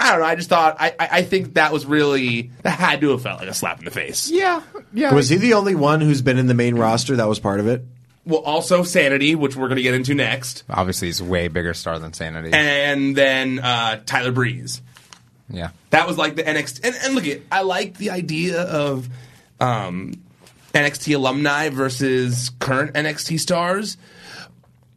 Speaker 6: I don't know. I just thought I, I, I think that was really that had to have felt like a slap in the face.
Speaker 7: Yeah. Yeah.
Speaker 5: Was he the only one who's been in the main roster that was part of it?
Speaker 6: Well, also sanity, which we're going to get into next,
Speaker 7: Obviously, he's a way bigger star than Sanity.
Speaker 6: and then uh, Tyler Breeze.
Speaker 7: yeah.
Speaker 6: That was like the NXT. And, and look, it, I like the idea of um, NXT alumni versus current NXT stars.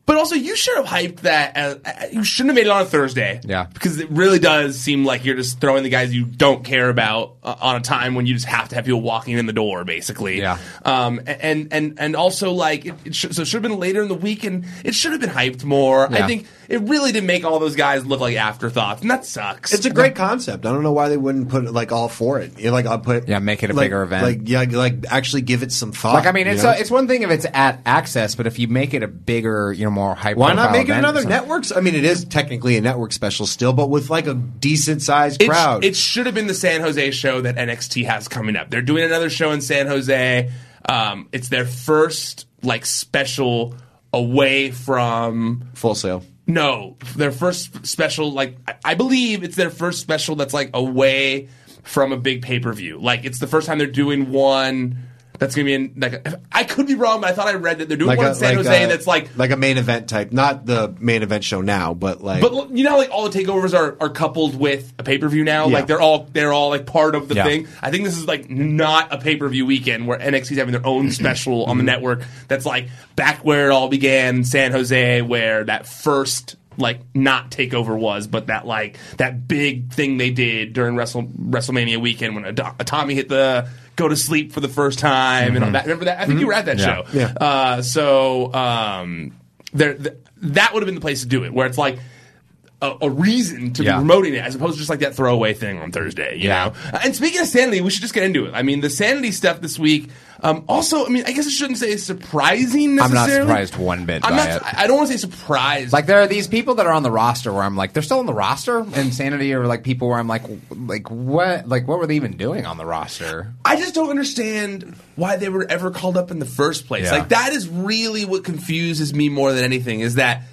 Speaker 6: But also, you should have hyped that. As, uh, you shouldn't have made it on a Thursday.
Speaker 7: Yeah.
Speaker 6: Because it really does seem like you're just throwing the guys you don't care about uh, on a time when you just have to have people walking in the door, basically.
Speaker 7: Yeah.
Speaker 6: Um, a- and, and, and also, like, it, it should, so it should have been later in the week, and it should have been hyped more.
Speaker 7: Yeah.
Speaker 6: I think it really did make all those guys look like afterthoughts, and that sucks.
Speaker 5: It's a great concept. I don't know why they wouldn't put like all for it. You know, like I'll put
Speaker 7: Yeah, make it a
Speaker 5: like-
Speaker 7: bigger event.
Speaker 5: Like yeah, like actually give it some thought.
Speaker 7: Like I mean,
Speaker 5: Ah, you
Speaker 7: it's
Speaker 5: know?
Speaker 7: a, it's one thing if it's at Access, but if you make it a bigger, you know, more high.
Speaker 5: why not make it another networks? I mean, it is technically a network special still, but with like a decent sized
Speaker 6: It sh-
Speaker 5: crowd.
Speaker 6: It should have been the San Jose show that NXT has coming up. They're doing another show in San Jose. Um, it's their first like special away from
Speaker 5: full sale.
Speaker 6: no, their first special like I, I believe it's their first special that's like away from a big pay per view. Like it's the first time they're doing one. That's gonna be in like I could be wrong, but I thought I read that they're doing one in San Jose that's like
Speaker 5: like a main event type, not the main event show now, but like
Speaker 6: But l- you know, how, like all the takeovers are, are coupled with a pay per view now.
Speaker 5: Yeah.
Speaker 6: Like they're all they're all like part of the
Speaker 7: Yeah.
Speaker 6: thing. I think this is like not a pay per view weekend where NXT's having their own special
Speaker 5: Mm-hmm.
Speaker 6: on the network. That's like back where it all began, San Jose, where that first like not takeover was, but that like that big thing they did during Wrestle, WrestleMania weekend when Ad- Tommy hit the go to sleep for the first time and all that. Remember that? I think you were at that show.
Speaker 5: Mm-hmm. Yeah.
Speaker 6: Uh, so um, there, th- that would have been the place to do it, where it's like a, a reason to
Speaker 7: Yeah.
Speaker 6: be promoting it as opposed to just like that throwaway thing on Thursday, you know? Uh, And speaking of sanity, we should just get into it. I mean, the sanity stuff this week. Um, also, I mean, I guess I shouldn't say it's surprising
Speaker 7: I'm not
Speaker 6: necessarily.
Speaker 7: surprised one bit
Speaker 6: I'm
Speaker 7: by
Speaker 6: not,
Speaker 7: it.
Speaker 6: I I don't want to say surprised.
Speaker 7: Like there are these people that are on the roster where I'm like, they're still on the roster. Insanity or like people where I'm like, like what, like what were they even doing on the roster?
Speaker 6: I just don't understand why they were ever called up in the first place.
Speaker 7: Yeah.
Speaker 6: Like that is really what confuses me more than anything is that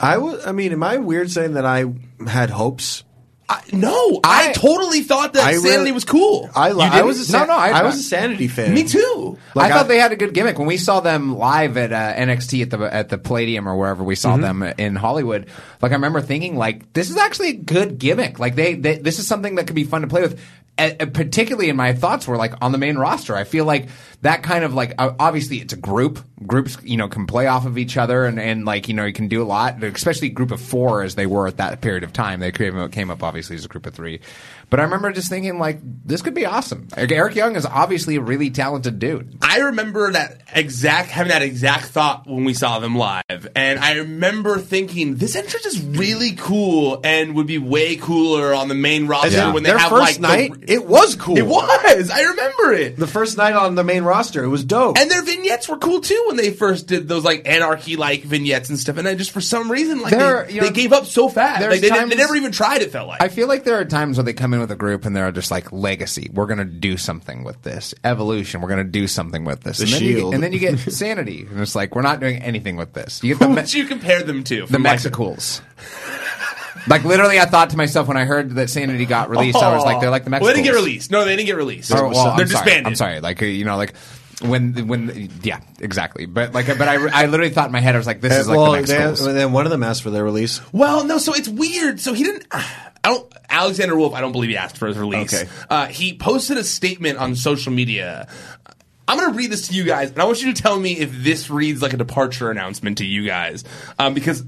Speaker 5: I was. I mean, am I weird saying that I had hopes?
Speaker 6: I, no, I, totally thought that
Speaker 5: I really-
Speaker 6: Sanity was cool.
Speaker 5: I, li-
Speaker 7: You
Speaker 5: I was a
Speaker 7: didn't?
Speaker 5: san-
Speaker 7: No, no, I-
Speaker 5: I, was a sanity fan.
Speaker 6: Me too.
Speaker 5: Like,
Speaker 7: I thought
Speaker 5: I-
Speaker 7: they had a good gimmick when we saw them live at uh, NXT at the at the Palladium or wherever we saw
Speaker 5: Mm-hmm.
Speaker 7: them in Hollywood. Like I remember thinking, like this is actually a good gimmick. Like they, they this is something that could be fun to play with. A- a- particularly in my thoughts were like on the main roster. I feel like that kind of like uh, obviously it's a group. Groups you know can play off of each other and and like you know you can do a lot. Especially group of four as they were at that period of time. They came up, came up obviously as a group of three. But I remember just thinking like this could be awesome. Like, Eric Young is obviously a really talented dude.
Speaker 6: I remember that exact having that exact thought when we saw them live, and I remember thinking this entrance is really cool and would be way cooler on the main roster
Speaker 5: Yeah.
Speaker 6: when they
Speaker 5: Their
Speaker 6: have
Speaker 5: first
Speaker 6: like
Speaker 5: night,
Speaker 6: The,
Speaker 5: it was cool.
Speaker 6: it was. I remember it.
Speaker 5: the first night on the main roster. It was dope.
Speaker 6: And their vignettes were cool too when they first did those like anarchy like vignettes and stuff. And I just for some reason like
Speaker 7: There-
Speaker 6: they,
Speaker 7: you
Speaker 6: they
Speaker 7: know,
Speaker 6: gave up so fast.
Speaker 7: there's
Speaker 6: Like, they, didn't-
Speaker 7: times-
Speaker 6: they never even tried. It felt like
Speaker 7: I feel like there are times where they come in with a group and they're just like legacy. We're going to do something with this evolution. We're going to do something with this.
Speaker 5: The
Speaker 7: and, then you
Speaker 5: Shield.
Speaker 7: get, and then you get sanity, and it's like we're not doing anything with this. You get the,
Speaker 6: what you compare them to
Speaker 7: the
Speaker 6: from, like,
Speaker 7: Mexicals. like literally, I thought to myself when I heard that sanity got released, I was like, they're like the Mexicals.
Speaker 6: Well, they didn't get released. No, they didn't get released.
Speaker 7: Or, well,
Speaker 6: They're
Speaker 7: I'm sorry.
Speaker 6: disbanded.
Speaker 7: I'm sorry. Like uh, you know, like when when yeah, exactly. But like, but I, I literally thought in my head, I was like, this is like
Speaker 5: Uh, well,
Speaker 7: the Mexicals.
Speaker 5: they- then one of them asked for their release.
Speaker 6: Well, no, so it's weird. So he didn't. I don't. Alexander Wolf. I don't believe he asked for his release.
Speaker 5: Okay.
Speaker 6: Uh, he posted a statement on social media. I'm going to read this to you guys, and I want you to tell me if this reads like a departure announcement to you guys, um, because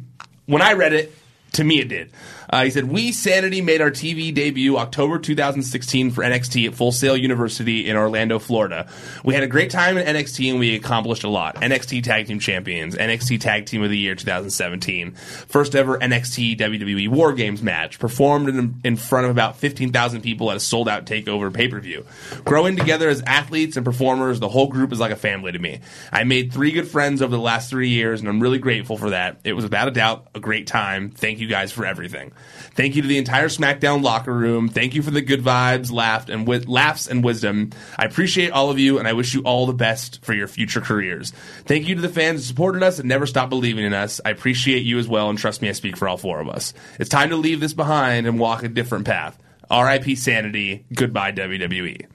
Speaker 6: when I read it, to me it did. Uh, he said, "We Sanity made our TV debut October 2016 for NXT at Full Sail University in Orlando, Florida. We had a great time in NXT and we accomplished a lot. NXT Tag Team Champions, NXT Tag Team of the Year 2017, first ever NXT WWE E War Games match, performed in, in front of about 15,000 people at a sold out takeover pay per view. Growing together as athletes and performers, the whole group is like a family to me. I made three good friends over the last three years, and I'm really grateful for that. It was without a doubt a great time. Thank you guys for everything. Thank you to the entire SmackDown locker room. Thank you for the good vibes, laughed and wi- laughs and wisdom. I appreciate all of you, and I wish you all the best for your future careers. Thank you to the fans who supported us and never stopped believing in us. I appreciate you as well, and trust me, I speak for all four of us. It's time to leave this behind and walk a different path. R.I.P. Sanity. Goodbye E. WWE.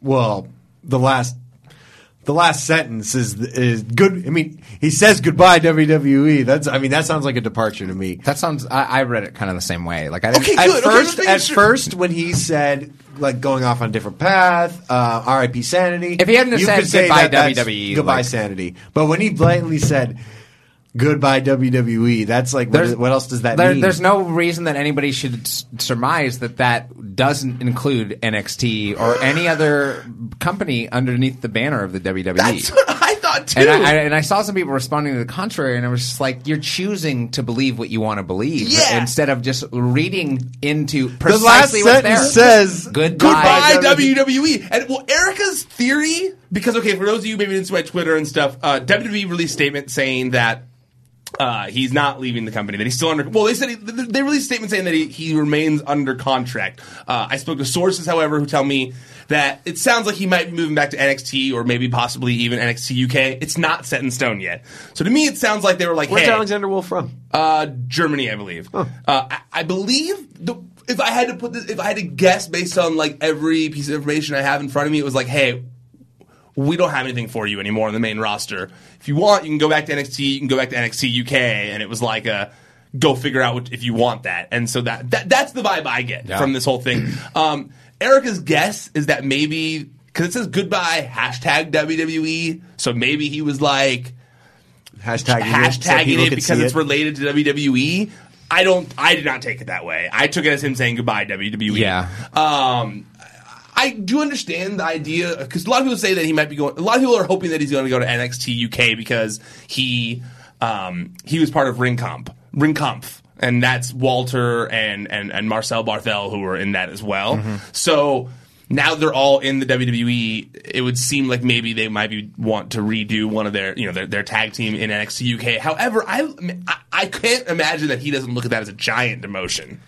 Speaker 5: Well, the last the last sentence is is good. I mean, he says goodbye WWE. That's I mean that sounds like a departure to me.
Speaker 7: that sounds. I, I read it kind of the same way. Like I didn't.
Speaker 6: Okay,
Speaker 5: At
Speaker 6: good. Okay,
Speaker 5: first,
Speaker 6: just making
Speaker 5: at
Speaker 6: sure.
Speaker 5: first when he said like going off on a different path, uh, R.I.P. Sanity.
Speaker 7: If he hadn't have
Speaker 5: you
Speaker 7: said
Speaker 5: could say
Speaker 7: goodbye
Speaker 5: that that's
Speaker 7: WWE,
Speaker 5: goodbye
Speaker 7: like-
Speaker 5: Sanity. But when he blatantly said. Goodbye WWE. That's like what,
Speaker 7: There's-
Speaker 5: is, what else does that
Speaker 7: there-
Speaker 5: mean?
Speaker 7: There's no reason that anybody should s- surmise that that doesn't include NXT or any other company underneath the banner of the E. WWE.
Speaker 6: That's what I thought too.
Speaker 7: and I, I and I saw some people responding to the contrary, and I was just like, "You're choosing to believe what you want to believe,
Speaker 6: Yeah.
Speaker 7: instead of just reading into
Speaker 5: The last
Speaker 7: precisely what's there."
Speaker 5: sentence says
Speaker 7: Goodbye, E."
Speaker 6: Goodbye, WWE. And well, Erica's theory, because okay, for those of you who maybe didn't see my Twitter and stuff, uh, WWE released statement saying that uh, he's not leaving the company. That he's still under. Well, they said he, th- th- they released a statement saying that he, he remains under contract. Uh, I spoke to sources, however, who tell me that it sounds like he might be moving back to NXT or maybe possibly even NXT UK. It's not set in stone yet. So to me, it sounds like they were like,
Speaker 5: Where's
Speaker 6: hey,
Speaker 5: Alexander Wolf from?
Speaker 6: uh, Germany, I believe. Uh, I, I believe the, if I had to put this, if I had to guess based on like every piece of information I have in front of me, it was like, hey, we don't have anything for you anymore on the main roster. If you want, you can go back to NXT. You can go back to NXT UK, and it was like a go figure out what, if you want that. And so that, that that's the vibe I get
Speaker 7: Yeah.
Speaker 6: from this whole thing. Um, Erica's guess is that maybe because it says goodbye hashtag WWE, so maybe he was like
Speaker 5: Hashtagging,
Speaker 6: hashtagging it because it's
Speaker 5: related.
Speaker 6: related to WWE. I don't. I did not take it that way. I took it as him saying goodbye E. WWE.
Speaker 7: Yeah.
Speaker 6: Um, I do understand the idea because a lot of people say that he might be going. A lot of people are hoping that he's going to go to NXT UK because he um, he was part of Ring Comp. Ring Comp. and that's Walter and and and Marcel Barthel who were in that as well. So now they're all in the WWE. It would seem like maybe they might be want to redo one of their you know their, their tag team in NXT UK. However, I, I I can't imagine that he doesn't look at that as a giant demotion.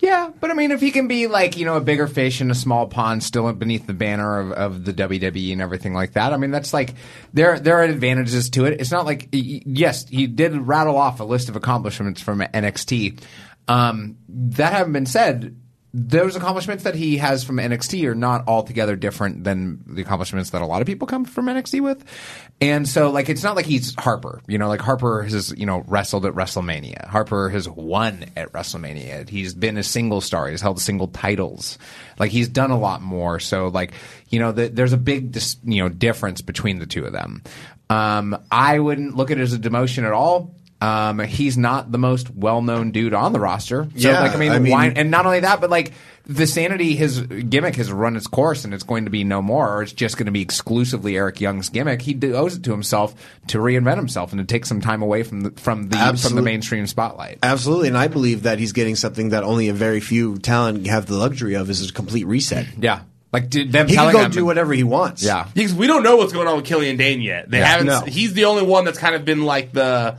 Speaker 7: Yeah, but I mean, if he can be like you know a bigger fish in a small pond, still beneath the banner of, of the WWE and everything like that, I mean, that's like there there are advantages to it. It's not like y- y- yes, he did rattle off a list of accomplishments from NXT. Um, that haven't been said. Those accomplishments that he has from NXT are not altogether different than the accomplishments that a lot of people come from NXT with. And so, like, it's not like he's Harper. You know, like Harper has, you know, wrestled at WrestleMania. Harper has won at WrestleMania. He's been a single star. He's held single titles. Like, he's done a lot more. So, like, you know, the, there's a big, dis, you know, difference between the two of them. Um, I wouldn't look at it as a demotion at all. Um, he's not the most well-known dude on the roster. So,
Speaker 5: Yeah,
Speaker 7: like, I mean,
Speaker 5: I mean-
Speaker 7: why? And not only that, but like the sanity, his gimmick has run its course, and it's going to be no more. Or it's just going to be exclusively Eric Young's gimmick. He d- owes it to himself to reinvent himself and to take some time away from the from the from the
Speaker 5: Absolute-
Speaker 7: mainstream spotlight.
Speaker 5: Absolutely, and I believe that he's getting something that only a very few talent have the luxury of is a complete reset.
Speaker 7: Yeah, like did them
Speaker 5: he can
Speaker 7: telling
Speaker 5: go
Speaker 7: him-
Speaker 5: do whatever he wants.
Speaker 7: Yeah.
Speaker 6: Because we don't know what's going on with Killian Dane yet. They
Speaker 7: Yeah.
Speaker 6: haven't.
Speaker 7: No.
Speaker 6: He's the only one that's kind of been like the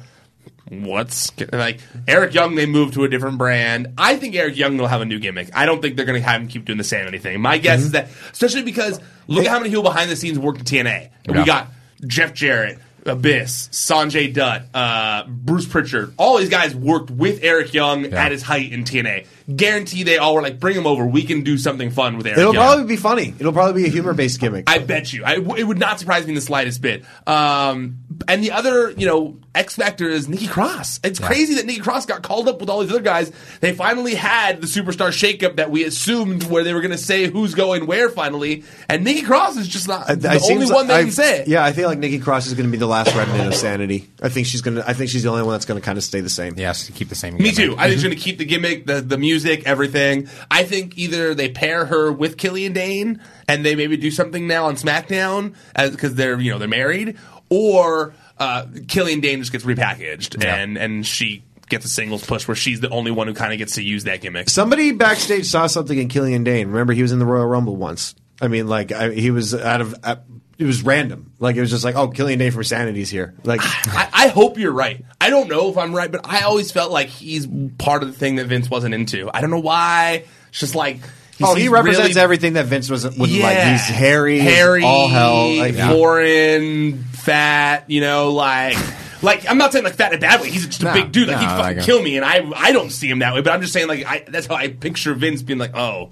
Speaker 6: what's like Eric Young. They moved to a different brand. I think Eric Young will have a new gimmick. I don't think they're going to have him keep doing the sanity thing. My guess
Speaker 7: Mm-hmm.
Speaker 6: is that, especially because look at how many people behind the scenes work at TNA. And
Speaker 7: Yeah.
Speaker 6: We got Jeff Jarrett. Abyss, Sanjay Dutt, uh, Bruce Pritchard, all these guys worked with Eric Young at his height in TNA. Guarantee they all were like, bring him over. We can do something fun with Eric
Speaker 5: It'll
Speaker 6: Young.
Speaker 5: probably be funny. It'll probably be a humor based gimmick.
Speaker 6: I bet you. I, it would not surprise me in the slightest bit. Um, and the other, you know, X factor is Nikki Cross. It's crazy that Nikki Cross got called up with all these other guys. They finally had the superstar shakeup that we assumed where they were going to say who's going where finally. And Nikki Cross is just not the
Speaker 5: I- Uh, it
Speaker 6: only
Speaker 5: seems
Speaker 6: one that
Speaker 5: like-
Speaker 6: can say it.
Speaker 5: Yeah, I feel like Nikki Cross is going to be the last remnant of sanity. I think she's going to. I think she's the only one that's going to kind of stay the same.
Speaker 7: Yes, to keep the same.
Speaker 6: Me
Speaker 7: gimmick.
Speaker 6: too. I
Speaker 5: Mm-hmm.
Speaker 6: think she's going to keep the gimmick, the, the music, everything. I think either they pair her with Killian Dane and they maybe do something now on SmackDown because they're you know they're married, or uh, Killian Dane just gets repackaged
Speaker 5: Yeah.
Speaker 6: and and she gets a singles push where she's the only one who kind of gets to use that gimmick.
Speaker 5: Somebody backstage saw something in Killian Dane. Remember, he was in the Royal Rumble once. I mean, like I, he was out of. Uh, it was random. Like it was just like, oh, Killian Dane from Sanity's here. Like
Speaker 6: I, I hope you're right. I don't know if I'm right, but I always felt like he's part of the thing that Vince wasn't into. I don't know why. It's just like he
Speaker 5: Oh, he
Speaker 6: seems
Speaker 5: represents
Speaker 6: really-
Speaker 5: everything that Vince wasn't, wouldn't like. He's hairy, he's
Speaker 6: hairy,
Speaker 5: all hell, like, yeah.
Speaker 6: foreign, fat. You know, like. Like I'm not saying like fat in a bad way. He's just a
Speaker 7: No,
Speaker 6: big dude. Like
Speaker 7: no,
Speaker 6: he'd fucking
Speaker 7: like a-
Speaker 6: kill me, and I I don't see him that way. But I'm just saying like I, that's how I picture Vince being like, oh,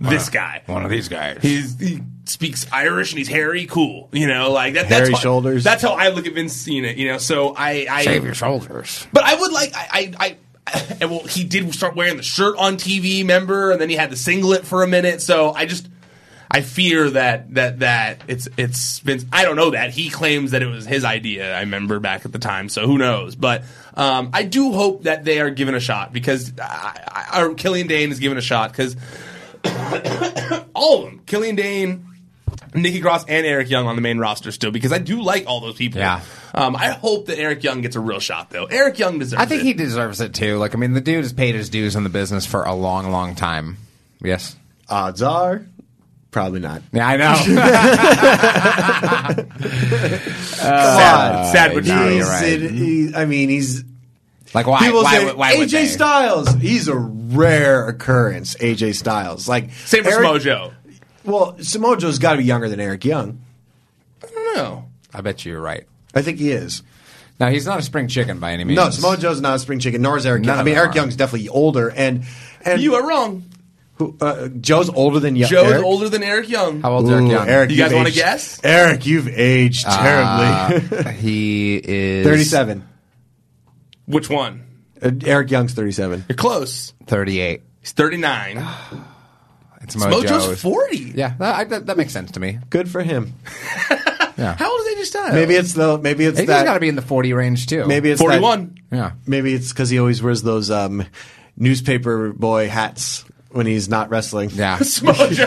Speaker 6: this guy,
Speaker 7: One of these guys.
Speaker 6: He's, he speaks Irish and he's hairy, cool. You know, like that.
Speaker 5: Hairy
Speaker 6: that's how-
Speaker 5: shoulders.
Speaker 6: That's how I look at Vince Cena. You know, so I, I
Speaker 7: Shave your shoulders.
Speaker 6: but I would like I I, I and well he did start wearing the shirt on TV, remember, and then he had the singlet for a minute. So I just I fear that that that it's it's Vince. I don't know that he claims that it was his idea. I remember back at the time, so who knows? But um, I do hope that they are given a shot because I, I, or Killian Dane is given a shot because all of them, Killian Dane. Nikki Cross and Eric Young on the main roster still because I do like all those people.
Speaker 7: Yeah.
Speaker 6: Um, I hope that Eric Young gets a real shot though. Eric Young deserves.
Speaker 7: I think
Speaker 6: it.
Speaker 7: he deserves it too. Like, I mean, the dude has paid his dues in the business for a long, long time. Yes.
Speaker 5: odds are probably not.
Speaker 7: Yeah, I know.
Speaker 6: sad, sad, but
Speaker 7: no,
Speaker 6: true.
Speaker 7: you're
Speaker 5: He's
Speaker 7: right.
Speaker 6: Mm-hmm.
Speaker 5: in- he- I mean, he's
Speaker 7: like, why?
Speaker 5: people
Speaker 7: why,
Speaker 5: say
Speaker 7: would- why would
Speaker 5: AJ
Speaker 7: they?
Speaker 5: Styles. He's a rare occurrence. AJ Styles, like
Speaker 6: Same with
Speaker 5: Eric-
Speaker 6: Mojo.
Speaker 5: Well, Samojo's got to be younger than Eric Young.
Speaker 6: No,
Speaker 7: I bet you're right.
Speaker 5: I think he is.
Speaker 7: Now he's not a spring chicken by any means.
Speaker 5: No, Samojo's not a spring chicken, nor is Eric.
Speaker 7: None
Speaker 5: Young. I
Speaker 7: of
Speaker 5: mean,
Speaker 7: them
Speaker 5: Eric
Speaker 7: are.
Speaker 5: Young's definitely older, and and
Speaker 6: you are wrong.
Speaker 5: who- uh, Joe's older than Young.
Speaker 6: Joe's
Speaker 5: Eric?
Speaker 6: older than Eric Young.
Speaker 7: How old's Eric
Speaker 5: Ooh,
Speaker 7: Young?
Speaker 5: Eric,
Speaker 6: You guys
Speaker 5: you've
Speaker 6: wanna
Speaker 5: aged-
Speaker 6: guess?
Speaker 5: Eric, you've aged terribly.
Speaker 7: Uh, he is
Speaker 5: 37.
Speaker 6: Which one?
Speaker 5: Uh, Eric Young's 37.
Speaker 6: You're close.
Speaker 7: 38.
Speaker 6: He's 39.
Speaker 5: Ah.
Speaker 7: It's
Speaker 6: Mojo's 40.
Speaker 7: Yeah, that, I, that, that makes sense to me.
Speaker 5: Good for him.
Speaker 6: How old is AJ Styles?
Speaker 5: Maybe it's the maybe it's
Speaker 7: He's
Speaker 5: that
Speaker 7: got to be in the 40 range too.
Speaker 5: maybe it's that-
Speaker 6: 41.
Speaker 7: Yeah.
Speaker 5: maybe it's cuz he always wears those um, newspaper boy hats when he's not wrestling.
Speaker 7: Yeah.
Speaker 6: Mojo.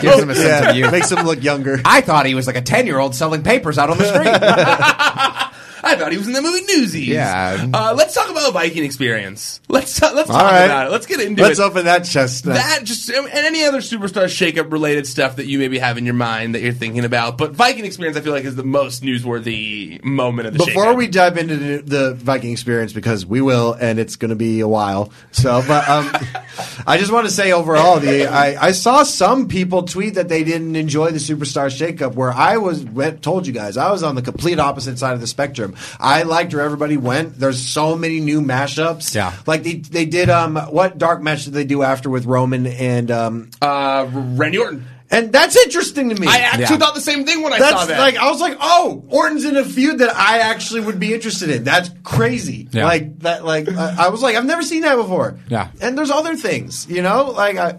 Speaker 7: Gives him a sense
Speaker 5: Yeah,
Speaker 7: of youth.
Speaker 5: makes him look younger.
Speaker 7: I thought he was like a 10 year old selling papers out on the street.
Speaker 6: I thought he was in the movie Newsies.
Speaker 5: Yeah.
Speaker 6: Uh, let's talk about a Viking experience. Let's ta- let's
Speaker 5: All
Speaker 6: talk
Speaker 5: right.
Speaker 6: about it. Let's get into
Speaker 5: Let's
Speaker 6: it.
Speaker 5: open that chestnut.
Speaker 6: That just and any other superstar shakeup related stuff that you maybe have in your mind that you're thinking about, but Viking experience I feel like is the most newsworthy moment of the
Speaker 5: Before
Speaker 6: shakeup.
Speaker 5: we dive into the- the Viking experience, because we will, and it's going to be a while. So, but um, I just want to say overall, the I, I saw some people tweet that they didn't enjoy the superstar shakeup. Where I was went, told you guys, I was on the complete opposite side of the spectrum. I liked where everybody went. There's so many new mashups.
Speaker 7: Yeah.
Speaker 5: like they they did um what dark match did they do after with Roman and um
Speaker 6: uh Randy Orton.
Speaker 5: And that's interesting to me.
Speaker 6: I actually thought the same thing when I
Speaker 5: That's
Speaker 6: saw that.
Speaker 5: like I was like, oh, Orton's in a feud that I actually would be interested in. That's crazy.
Speaker 7: Yeah.
Speaker 5: Like that. Like I I was like, I've never seen that before.
Speaker 7: Yeah.
Speaker 5: And there's other things, you know. Like I,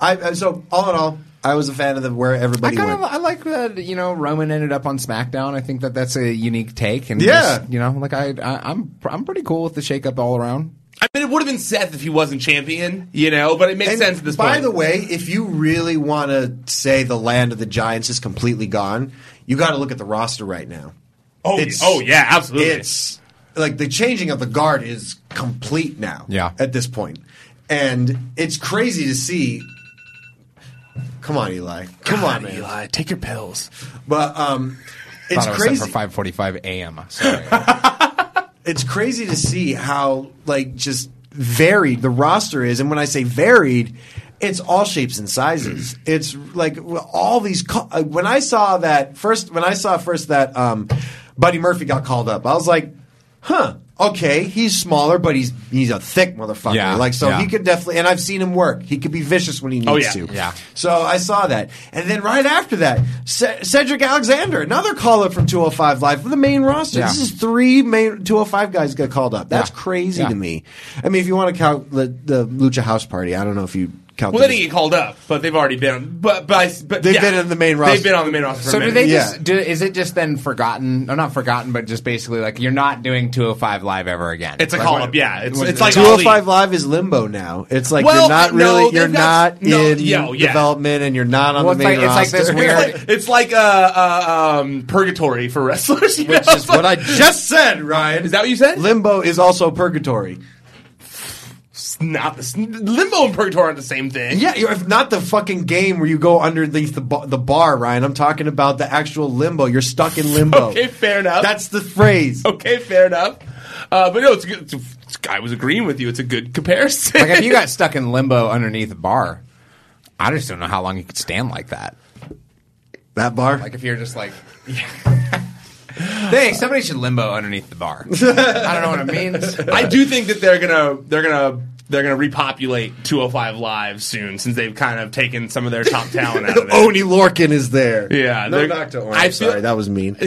Speaker 5: I. I- So all in all, I was a fan of the where
Speaker 7: I
Speaker 5: everybody
Speaker 7: kind of
Speaker 5: went.
Speaker 7: I like that you know Roman ended up on SmackDown. I think that that's a unique take, and
Speaker 5: Yeah.
Speaker 7: just, you know, like I, I I'm I'm pretty cool with the shakeup all around.
Speaker 6: I mean, it would have been Seth if he wasn't champion, you know, but it makes
Speaker 5: And
Speaker 6: sense at this
Speaker 5: by
Speaker 6: point.
Speaker 5: the way, if you really want to say the land of the giants is completely gone, you got to look at the roster right now.
Speaker 6: oh, oh yeah, absolutely.
Speaker 5: It's like the changing of the guard is complete now.
Speaker 7: Yeah.
Speaker 5: At this point. And it's crazy to see. Come on, Eli. Come on, man.
Speaker 6: Eli, take your pills.
Speaker 5: But um, it's
Speaker 7: Thought I was set
Speaker 5: crazy.
Speaker 7: for 5:45 a.m. Sorry.
Speaker 5: It's crazy to see how like just varied the roster is, and when I say varied, it's all shapes and sizes.
Speaker 6: Mm.
Speaker 5: It's like w- all these. Co- uh, when I saw that first, when I saw first that um, Buddy Murphy got called up, I was like, huh. Okay, he's smaller, but he's he's a thick motherfucker.
Speaker 7: Yeah,
Speaker 5: like so,
Speaker 7: yeah.
Speaker 5: he could definitely. And I've seen him work. He could be vicious when he needs
Speaker 6: Oh, yeah,
Speaker 5: to.
Speaker 7: yeah.
Speaker 5: So I saw that, and then right after that, Ce- Cedric Alexander, another call up from 205 Live for the main roster.
Speaker 7: Yeah.
Speaker 5: This is three main 205 guys got called up. That's
Speaker 7: Yeah.
Speaker 5: crazy
Speaker 7: Yeah.
Speaker 5: to me. I mean, if you want to count the, the Lucha House Party, I don't know if you count.
Speaker 6: Well, they
Speaker 5: them
Speaker 6: didn't
Speaker 5: as-
Speaker 6: get called up, but they've already been. But but, but
Speaker 5: They've
Speaker 6: yeah.
Speaker 5: been in the main
Speaker 6: They've
Speaker 5: roster.
Speaker 6: been on the main roster. For
Speaker 7: So
Speaker 6: a
Speaker 7: do
Speaker 6: minute.
Speaker 7: they
Speaker 5: Yeah.
Speaker 7: just do, is it just then forgotten? Or not forgotten, but just basically like you're not doing 205 live ever again.
Speaker 6: It's a
Speaker 7: Like,
Speaker 6: call
Speaker 7: what-
Speaker 6: up. Yeah, it's
Speaker 7: what-
Speaker 6: it's like
Speaker 5: 205
Speaker 6: Ali.
Speaker 5: Live is limbo now. It's like
Speaker 6: Well,
Speaker 5: you're not
Speaker 6: no,
Speaker 5: really,
Speaker 6: they've
Speaker 5: you're
Speaker 6: got-
Speaker 5: not
Speaker 6: no,
Speaker 5: in
Speaker 6: yo, yeah.
Speaker 5: development, and you're not on
Speaker 7: Well, it's
Speaker 5: the main
Speaker 7: like- it's like
Speaker 5: roster.
Speaker 7: this weird-
Speaker 6: It's like uh, uh, um, purgatory for wrestlers. You
Speaker 5: Which
Speaker 6: know?
Speaker 5: is what I just said, Ryan.
Speaker 6: Is that what you said?
Speaker 5: Limbo is also purgatory.
Speaker 6: It's not the, s- limbo and purgatory aren't the same thing.
Speaker 5: Yeah, you're- if not the fucking game where you go underneath the ba- the bar, Ryan. I'm talking about the actual limbo. You're stuck in limbo.
Speaker 6: Okay, fair enough.
Speaker 5: That's the phrase.
Speaker 6: Okay, fair enough. Uh, but no, it's, a good, it's a, it's- I was agreeing with you. It's a good comparison.
Speaker 7: Like if you got stuck in limbo underneath a bar, I just don't know how long you could stand like that.
Speaker 5: That bar.
Speaker 7: Like if you're just like, hey, somebody should limbo underneath the bar. I don't know what it means.
Speaker 6: I do think that they're gonna they're gonna they're gonna repopulate 205 Live soon since they've kind of taken some of their top talent out of it.
Speaker 5: Oni Lorkin is there.
Speaker 6: Yeah,
Speaker 5: no,
Speaker 6: they're-
Speaker 5: not to Oni.
Speaker 6: I
Speaker 5: I'm
Speaker 6: feel-
Speaker 5: sorry, that was mean.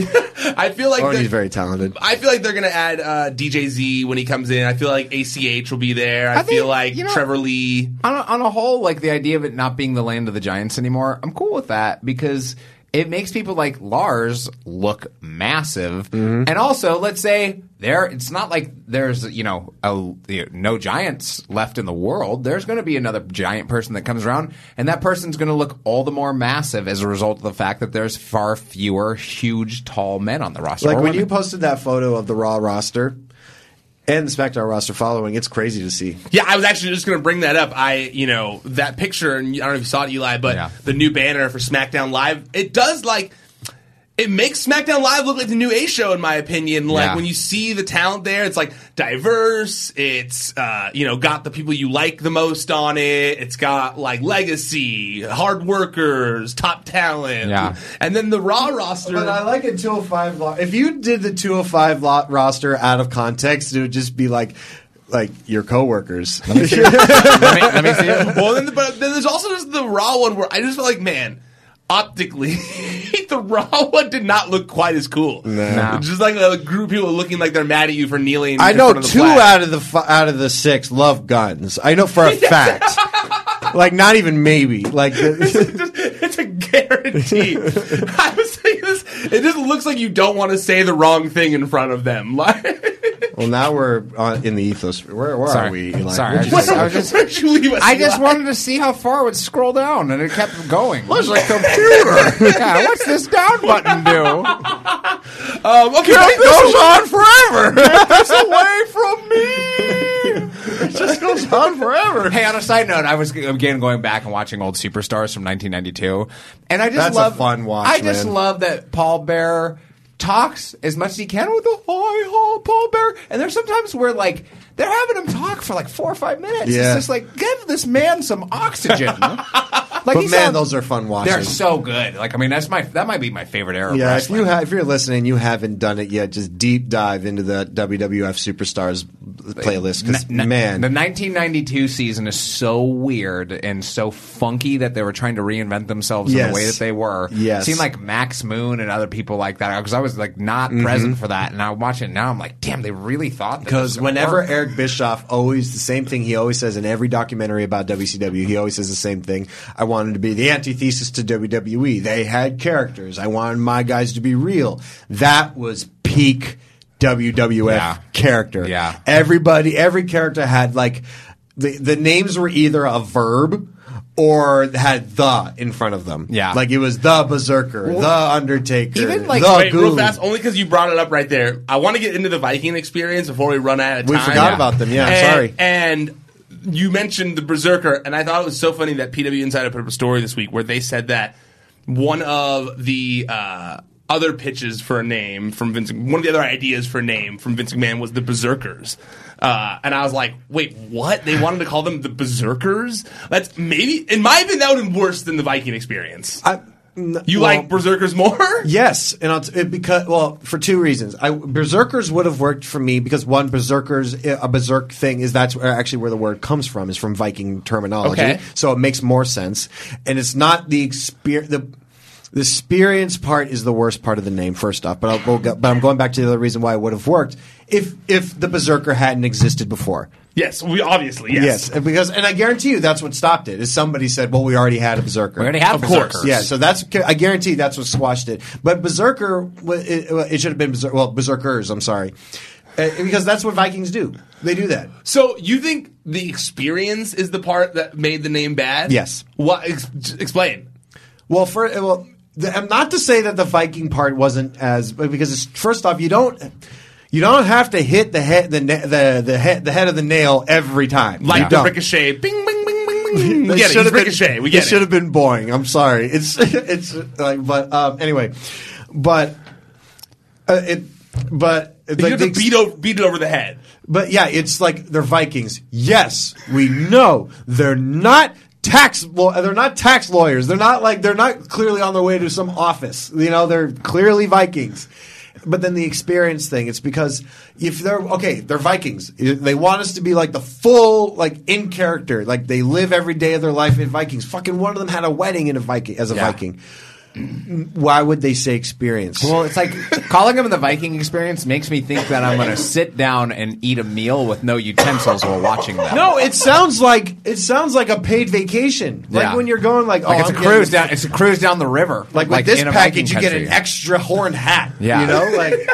Speaker 6: I feel like
Speaker 5: Arnie's
Speaker 6: they're-
Speaker 5: very talented.
Speaker 6: I feel like they're gonna add uh, DJ Z when he comes in. I feel like ACH will be there. I,
Speaker 7: I think,
Speaker 6: feel like
Speaker 7: you know-
Speaker 6: Trevor Lee.
Speaker 7: on a, on a whole, like the idea of it not being the land of the giants anymore, I'm cool with that because it makes people like Lars look massive.
Speaker 5: Mm-hmm.
Speaker 7: And also, let's say there, it's not like there's you know a, you know, no giants left in the world. There's going to be another giant person that comes around, and that person's going to look all the more massive as a result of the fact that there's far fewer huge, tall men on the roster.
Speaker 5: Like
Speaker 7: or
Speaker 5: when
Speaker 7: women.
Speaker 5: you posted that photo of the Raw roster and the SmackDown roster following, it's crazy to see.
Speaker 6: Yeah, I was actually just going to bring that up. I, you know, that picture, and I don't know if you saw it, Eli, but
Speaker 7: Yeah.
Speaker 6: the new banner for SmackDown Live, it does like. It makes SmackDown Live look like the new A show, in my opinion. Like
Speaker 7: Yeah.
Speaker 6: when you see the talent there, it's like diverse. It's uh, you know got the people you like the most on it. It's got like legacy, hard workers, top talent,
Speaker 7: Yeah.
Speaker 6: and then the Raw roster.
Speaker 5: But I like a 205 lo- If you did the 205 lot roster out of context, it would just be like like your coworkers.
Speaker 7: let me, let me see it.
Speaker 6: well, then, the, but then there's also just the raw one where I just feel like, man, optically, the raw one did not look quite as cool.
Speaker 7: No.
Speaker 6: Just like a group of people looking like they're mad at you for kneeling.
Speaker 5: I
Speaker 6: in
Speaker 5: know
Speaker 6: front of the
Speaker 5: two
Speaker 6: flag.
Speaker 5: out of the f- out of the six love guns. I know for a fact. like not even maybe. Like the,
Speaker 6: It's a guarantee. I was thinking this. It just looks like you don't want to say the wrong thing in front of them. Like,
Speaker 5: well, now we're on, in the ethos. Where, where
Speaker 7: Sorry.
Speaker 5: are we? Eli?
Speaker 7: Sorry,
Speaker 5: What'd
Speaker 7: I just- I
Speaker 5: you say?
Speaker 7: was just-
Speaker 6: Where'd you leave us,
Speaker 7: I just
Speaker 6: Eli?
Speaker 7: wanted to see how far it would scroll down, and it kept going.
Speaker 5: It's like computer.
Speaker 7: yeah, what's this down button do?
Speaker 6: Um, okay,
Speaker 7: That
Speaker 6: wait,
Speaker 7: goes on forever.
Speaker 6: this- Get
Speaker 7: me. It
Speaker 6: this away from
Speaker 7: just goes on forever. Hey, on a side note, I was again going back and watching old superstars from 1992, and I just
Speaker 5: That's a
Speaker 7: love
Speaker 5: fun watch,
Speaker 7: I just
Speaker 5: man.
Speaker 7: love that Paul Bear talks as much as he can with the high hall Paul Bear, and there's sometimes where like they're having him talk for like four or five minutes.
Speaker 5: Yeah.
Speaker 7: It's just like give this man some oxygen. like
Speaker 5: but
Speaker 7: he's
Speaker 5: man,
Speaker 7: on-
Speaker 5: those are fun watches.
Speaker 7: They're so good. Like I mean, that's my that might be my favorite era. of
Speaker 5: yeah, if
Speaker 7: wrestling.
Speaker 5: you ha- if you're listening, you haven't done it yet. Just deep dive into the WWF Superstars playlist because
Speaker 7: N- n-
Speaker 5: man,
Speaker 7: the 1992 season is so weird and so funky that they were trying to reinvent themselves in
Speaker 5: Yes.
Speaker 7: the way that they were.
Speaker 5: Yes.
Speaker 7: seemed like Max Moon and other people like that because I was like not
Speaker 5: Mhm.
Speaker 7: present for that, and I watch it now. I'm like, damn, they really thought that this was
Speaker 5: Because
Speaker 7: gonna
Speaker 5: whenever
Speaker 7: work.
Speaker 5: Eric Bischoff always the same thing he always says in every documentary about WCW, he always says the same thing. I wanted to be the antithesis to WWE. They had characters. I wanted my guys to be real. That was peak WWF
Speaker 7: Yeah.
Speaker 5: character.
Speaker 7: Yeah.
Speaker 5: Everybody every character had like the the names were either a verb or had the in front of them.
Speaker 7: Yeah.
Speaker 5: Like it was the Berserker,
Speaker 6: Well,
Speaker 5: the Undertaker,
Speaker 6: Even like
Speaker 5: the
Speaker 6: wait, real
Speaker 5: Goon.
Speaker 6: fast, only because you brought it up right there. I want to get into the Viking experience before we run out of
Speaker 5: We
Speaker 6: time.
Speaker 5: forgot about them, yeah,
Speaker 6: And-
Speaker 5: sorry.
Speaker 6: And you mentioned the Berserker, and I thought it was so funny that PW Insider put up a story this week where they said that one of the uh, other pitches for a name from Vince, one of the other ideas for a name from Vince McMahon was the Berserkers. Uh, and I was like, wait, what? They wanted to call them the Berserkers? That's maybe, in my opinion, that would have been worse than the Viking experience. you
Speaker 5: well-
Speaker 6: like Berserkers more?
Speaker 5: Yes, and I'll t- it because well, for two reasons. I, berserkers would have worked for me because one, berserkers a berserk thing is that's where, actually where the word comes from is from Viking terminology,
Speaker 6: Okay.
Speaker 5: so it makes more sense. And it's not the experience. The, the experience part is the worst part of the name, first off. But I'll go, but I'm going back to the other reason why it would have worked if if the berserker hadn't existed before.
Speaker 6: Yes, we obviously yes.
Speaker 5: and because and I guarantee you that's what stopped it. Is somebody said, "Well, we already had a berserker.
Speaker 7: We already had
Speaker 5: of course,
Speaker 7: berserkers.
Speaker 5: yeah." So that's I guarantee that's what squashed it. But berserker, wa- it, it should have been berser- well berserkers. I'm sorry, Uh, because that's what Vikings do. They do that.
Speaker 6: So you think the experience is the part that made the name bad?
Speaker 5: Yes.
Speaker 6: What? Ex- explain.
Speaker 5: Well, for well, the, I'm not to say that the Viking part wasn't as but because it's, first off, you don't you don't have to hit the head the na- the the head, the head of the nail every time.
Speaker 6: Like
Speaker 5: You
Speaker 6: the
Speaker 5: don't.
Speaker 6: ricochet. Bing bing bing bing bing. We
Speaker 5: That
Speaker 6: get it.
Speaker 5: should
Speaker 6: It's
Speaker 5: have been-
Speaker 6: ricochet. we get it.
Speaker 5: should have been boring. I'm sorry. It's it's like, but um, anyway, but uh, it, but
Speaker 6: You have to beat, o- beat it over the head.
Speaker 5: but yeah, it's like they're Vikings. Yes, we know they're not tax. Law- they're not tax lawyers. They're not like they're not clearly on their way to some office. You know, they're clearly Vikings. But then the experience thing, it's because if they're okay, they're Vikings. They want us to be like the full, like in character, like they live every day of their life in Vikings. Fucking one of them had a wedding in a Viking as a
Speaker 7: Yeah.
Speaker 5: Viking. Why would they say experience?
Speaker 7: Well, it's like calling them the Viking experience makes me think that I'm going to sit down and eat a meal with no utensils while watching them.
Speaker 5: No, it sounds like it sounds like a paid vacation. Like
Speaker 7: Yeah.
Speaker 5: when you're going, like,
Speaker 7: Like
Speaker 5: oh,
Speaker 7: it's
Speaker 5: I'm
Speaker 7: a cruise
Speaker 5: getting-
Speaker 7: down. It's a cruise down the river.
Speaker 5: Like, with this
Speaker 7: in a Viking
Speaker 5: package, you get
Speaker 7: country.
Speaker 5: an extra horn hat.
Speaker 7: Yeah.
Speaker 5: you know, like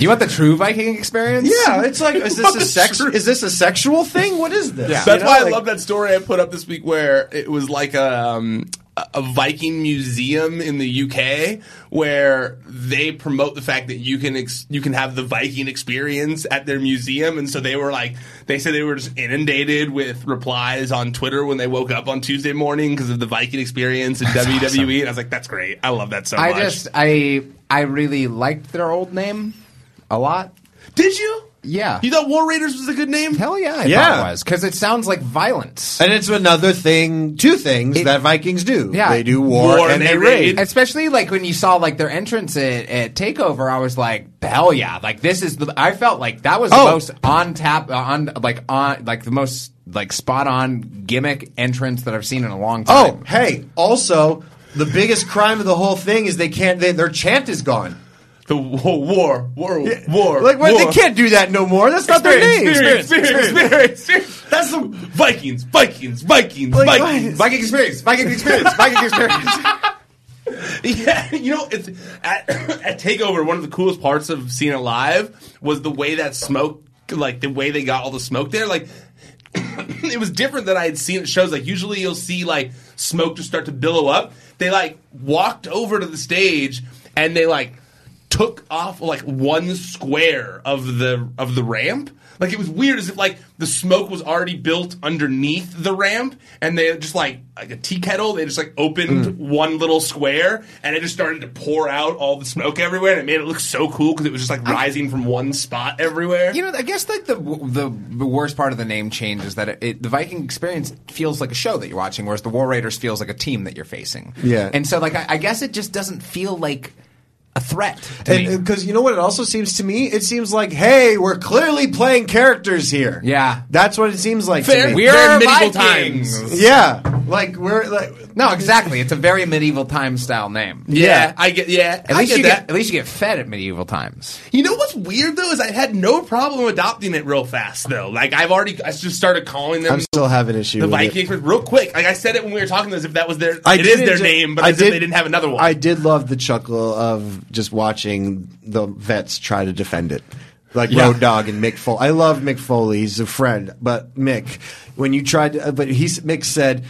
Speaker 7: You want the true Viking experience?
Speaker 5: yeah, Uh, it's like, is this a sex? Is this a sexual thing? What is this?
Speaker 6: That's why I love that story I put up this week where it was like a, um, a- a Viking museum in the UK where they promote the fact that you can ex- you can have the Viking experience at their museum, and so they were like they said they were just inundated with replies on Twitter when they woke up on Tuesday morning because of the Viking experience in WWE, and I was like, that's great, I love that so
Speaker 7: I
Speaker 6: much.
Speaker 7: just I I really liked their old name a lot.
Speaker 6: Did you?
Speaker 7: Yeah.
Speaker 6: You thought War Raiders was a good name?
Speaker 7: Hell yeah, I
Speaker 5: Yeah.
Speaker 7: thought it was because it sounds like violence.
Speaker 5: And it's another thing, two things that Vikings do.
Speaker 7: Yeah.
Speaker 5: they do war, and they raid.
Speaker 7: Especially like when you saw like their entrance at, at Takeover, I was like, hell yeah! Like this is the. I felt like that was
Speaker 5: Oh.
Speaker 7: the most on tap on like on like the most like spot on gimmick entrance that I've seen in a long
Speaker 5: Oh,
Speaker 7: time.
Speaker 5: hey, also the biggest crime of the whole thing is they can't. They, their chant is gone.
Speaker 6: The war, war, war, war.
Speaker 5: Like, what, they
Speaker 6: war.
Speaker 5: can't do that no more. That's not their name.
Speaker 6: Experience, experience, experience, experience.
Speaker 5: That's the
Speaker 6: Vikings, Vikings, Vikings,
Speaker 5: Like,
Speaker 6: Vikings.
Speaker 5: what?
Speaker 7: Viking experience, Viking experience, Viking experience.
Speaker 6: Yeah, you know, it's, at, at Takeover, one of the coolest parts of seeing it live was the way that smoke, like the way they got all the smoke there. Like, it was different than I had seen at shows. Like, usually you'll see like smoke just start to billow up. They like walked over to the stage and they like took off like one square of the of the ramp. Like it was weird, as if like the smoke was already built underneath the ramp, and they just like like a tea kettle. They just like opened one little square, and it just started to pour out all the smoke everywhere, and it made it look so cool because it was just like rising from one spot everywhere.
Speaker 7: You know, I guess like the the, the worst part of the name change is that it, it, the Viking experience feels like a show that you're watching, whereas the War Raiders feels like a team that you're facing.
Speaker 5: Yeah.
Speaker 7: and so like I, I guess it just doesn't feel like a threat. To me.
Speaker 5: Because you know what it also seems to me? It seems like, hey, we're clearly playing characters here.
Speaker 7: Yeah.
Speaker 5: That's what it seems like
Speaker 6: Fair-
Speaker 5: to me.
Speaker 6: we're Very medieval Vikings. times.
Speaker 5: Yeah. Like, we're like.
Speaker 7: no, exactly. It's a very medieval time style name.
Speaker 6: Yeah,
Speaker 5: Yeah.
Speaker 6: I get. Yeah,
Speaker 7: At
Speaker 6: I
Speaker 7: least
Speaker 6: get
Speaker 7: you
Speaker 6: that.
Speaker 7: get at least you get fed at medieval times.
Speaker 6: You know what's weird though is I had no problem adopting it real fast though. Like I've already, I just started calling them
Speaker 5: I'm still having issue
Speaker 6: the
Speaker 5: with it.
Speaker 6: Viking Express real quick. Like I said it when we were talking as if that was their,
Speaker 5: I
Speaker 6: it
Speaker 5: did
Speaker 6: is their
Speaker 5: enjoy-
Speaker 6: name, but as if they didn't have another one.
Speaker 5: I did love the chuckle of just watching the vets try to defend it. Like
Speaker 6: Yeah.
Speaker 5: Road Dog and Mick Foley. I love Mick Foley. He's a friend. But Mick, when you tried to, uh, but he, Mick said,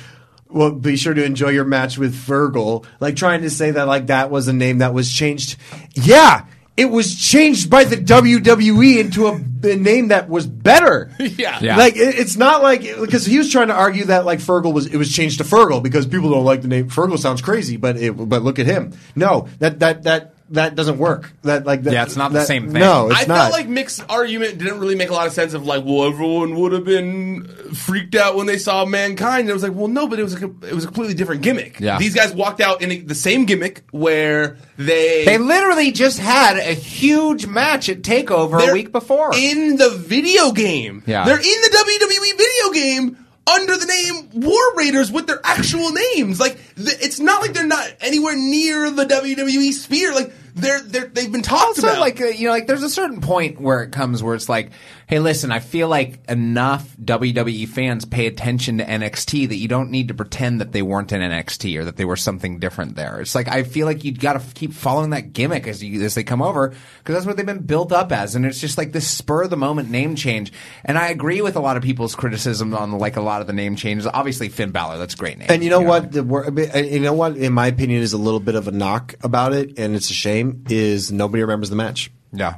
Speaker 5: well, be sure to enjoy your match with Virgil. Like trying to say that, like that was a name that was changed. Yeah, it was changed by the WWE into a, a name that was better.
Speaker 6: Yeah.
Speaker 7: Yeah.
Speaker 5: Like, it, it's not like because he was trying to argue that like Fergal was it was changed to Fergal because people don't like the name Fergal sounds crazy, but it but look at him. No, that that that that doesn't work. That like that,
Speaker 7: Yeah, it's not the
Speaker 5: that-
Speaker 7: same thing.
Speaker 5: No, it's
Speaker 6: I
Speaker 5: not.
Speaker 6: felt like Mick's argument didn't really make a lot of sense. Of like, well, everyone would have been uh, freaked out when they saw mankind. And I was like, well, no, but it was a, com- it was a completely different gimmick.
Speaker 7: Yeah.
Speaker 6: These guys walked out in a, the same gimmick where they
Speaker 7: They literally just had a huge match at Takeover a
Speaker 6: They're
Speaker 7: week before.
Speaker 6: in the video game.
Speaker 7: Yeah.
Speaker 6: they're in the WWE E video game under the name War Raiders with their actual names. Like th- it's not like they're not anywhere near the WWE sphere. Like they're they're they've been talked
Speaker 7: also
Speaker 6: about.
Speaker 7: like uh, you know like there's a certain point where it comes where it's like hey listen i feel like enough wwe fans pay attention to nxt that you don't need to pretend that they weren't in nxt or that they were something different there it's like i feel like you gotta f- keep following that gimmick as you as they come over because that's what they've been built up as and it's just like this spur of the moment name change and i agree with a lot of people's criticism on like a lot of the name changes obviously finn Balor, that's a great name
Speaker 5: And you know what? The wor- and you know what? In my opinion, is a little bit of a knock about it, and it's a shame. Is nobody remembers the match?
Speaker 7: yeah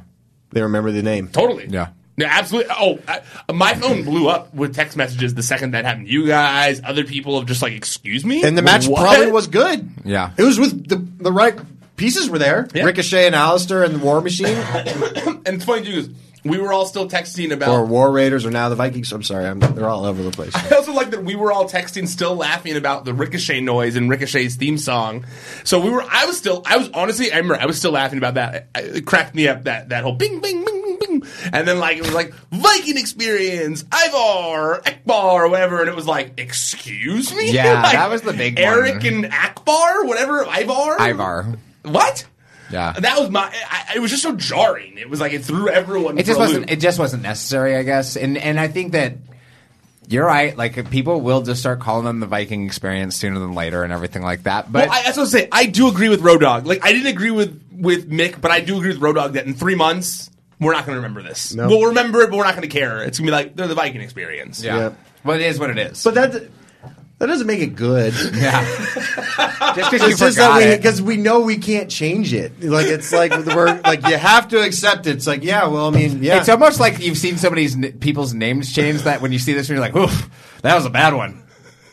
Speaker 5: They remember the name.
Speaker 6: Totally.
Speaker 7: Yeah.
Speaker 6: No, absolutely. Oh, I, my phone blew up with text messages the second that happened. You guys, other people have just like, excuse me.
Speaker 5: And the match
Speaker 6: What?
Speaker 5: probably was good.
Speaker 7: Yeah.
Speaker 5: it was with the the right pieces were there.
Speaker 6: Yeah.
Speaker 5: Ricochet and Alistair and the War Machine.
Speaker 6: And it's funny too is we were all still texting about.
Speaker 5: or War Raiders or now the Vikings. I'm sorry, I'm, they're all over the place.
Speaker 6: I also like that we were all texting, still laughing about the Ricochet noise and Ricochet's theme song. So we were. I was still. I was honestly. I remember. I was still laughing about that. I- It cracked me up. That that whole bing bing bing bing bing. And then like it was like Viking experience, Ivar, Akbar, or whatever. And it was like, excuse me.
Speaker 7: Yeah,
Speaker 6: Like,
Speaker 7: that was the big one.
Speaker 6: Eric and Akbar, whatever. Ivar.
Speaker 7: ivar
Speaker 6: What?
Speaker 7: Yeah.
Speaker 6: That was my. I, it was just so jarring. It was like it threw everyone.
Speaker 7: it
Speaker 6: for
Speaker 7: just
Speaker 6: a loop.
Speaker 7: wasn't it just wasn't necessary i guess and and i think that you're right like people will just start calling them the viking experience sooner than later and everything like that but
Speaker 6: well, I, that's what I'm saying. I do agree with Road Dog. Like, I didn't agree with with Mick, but I do agree with Road Dog that in three months we're not going to remember this.
Speaker 5: No.
Speaker 6: We'll remember it, but we're not going to care. It's going to be like they're the Viking experience.
Speaker 7: yeah.
Speaker 5: Yeah.
Speaker 7: but it is what it is
Speaker 5: But that that doesn't make it good.
Speaker 7: yeah just because you
Speaker 5: It's just that
Speaker 7: forgot
Speaker 5: we
Speaker 7: it
Speaker 5: because we know we can't change it. Like it's like we're like you have to accept it. It's like yeah, well, I mean, yeah.
Speaker 7: it's almost like you've seen somebody's n- people's names change that when you see this and you're like oof that was a bad one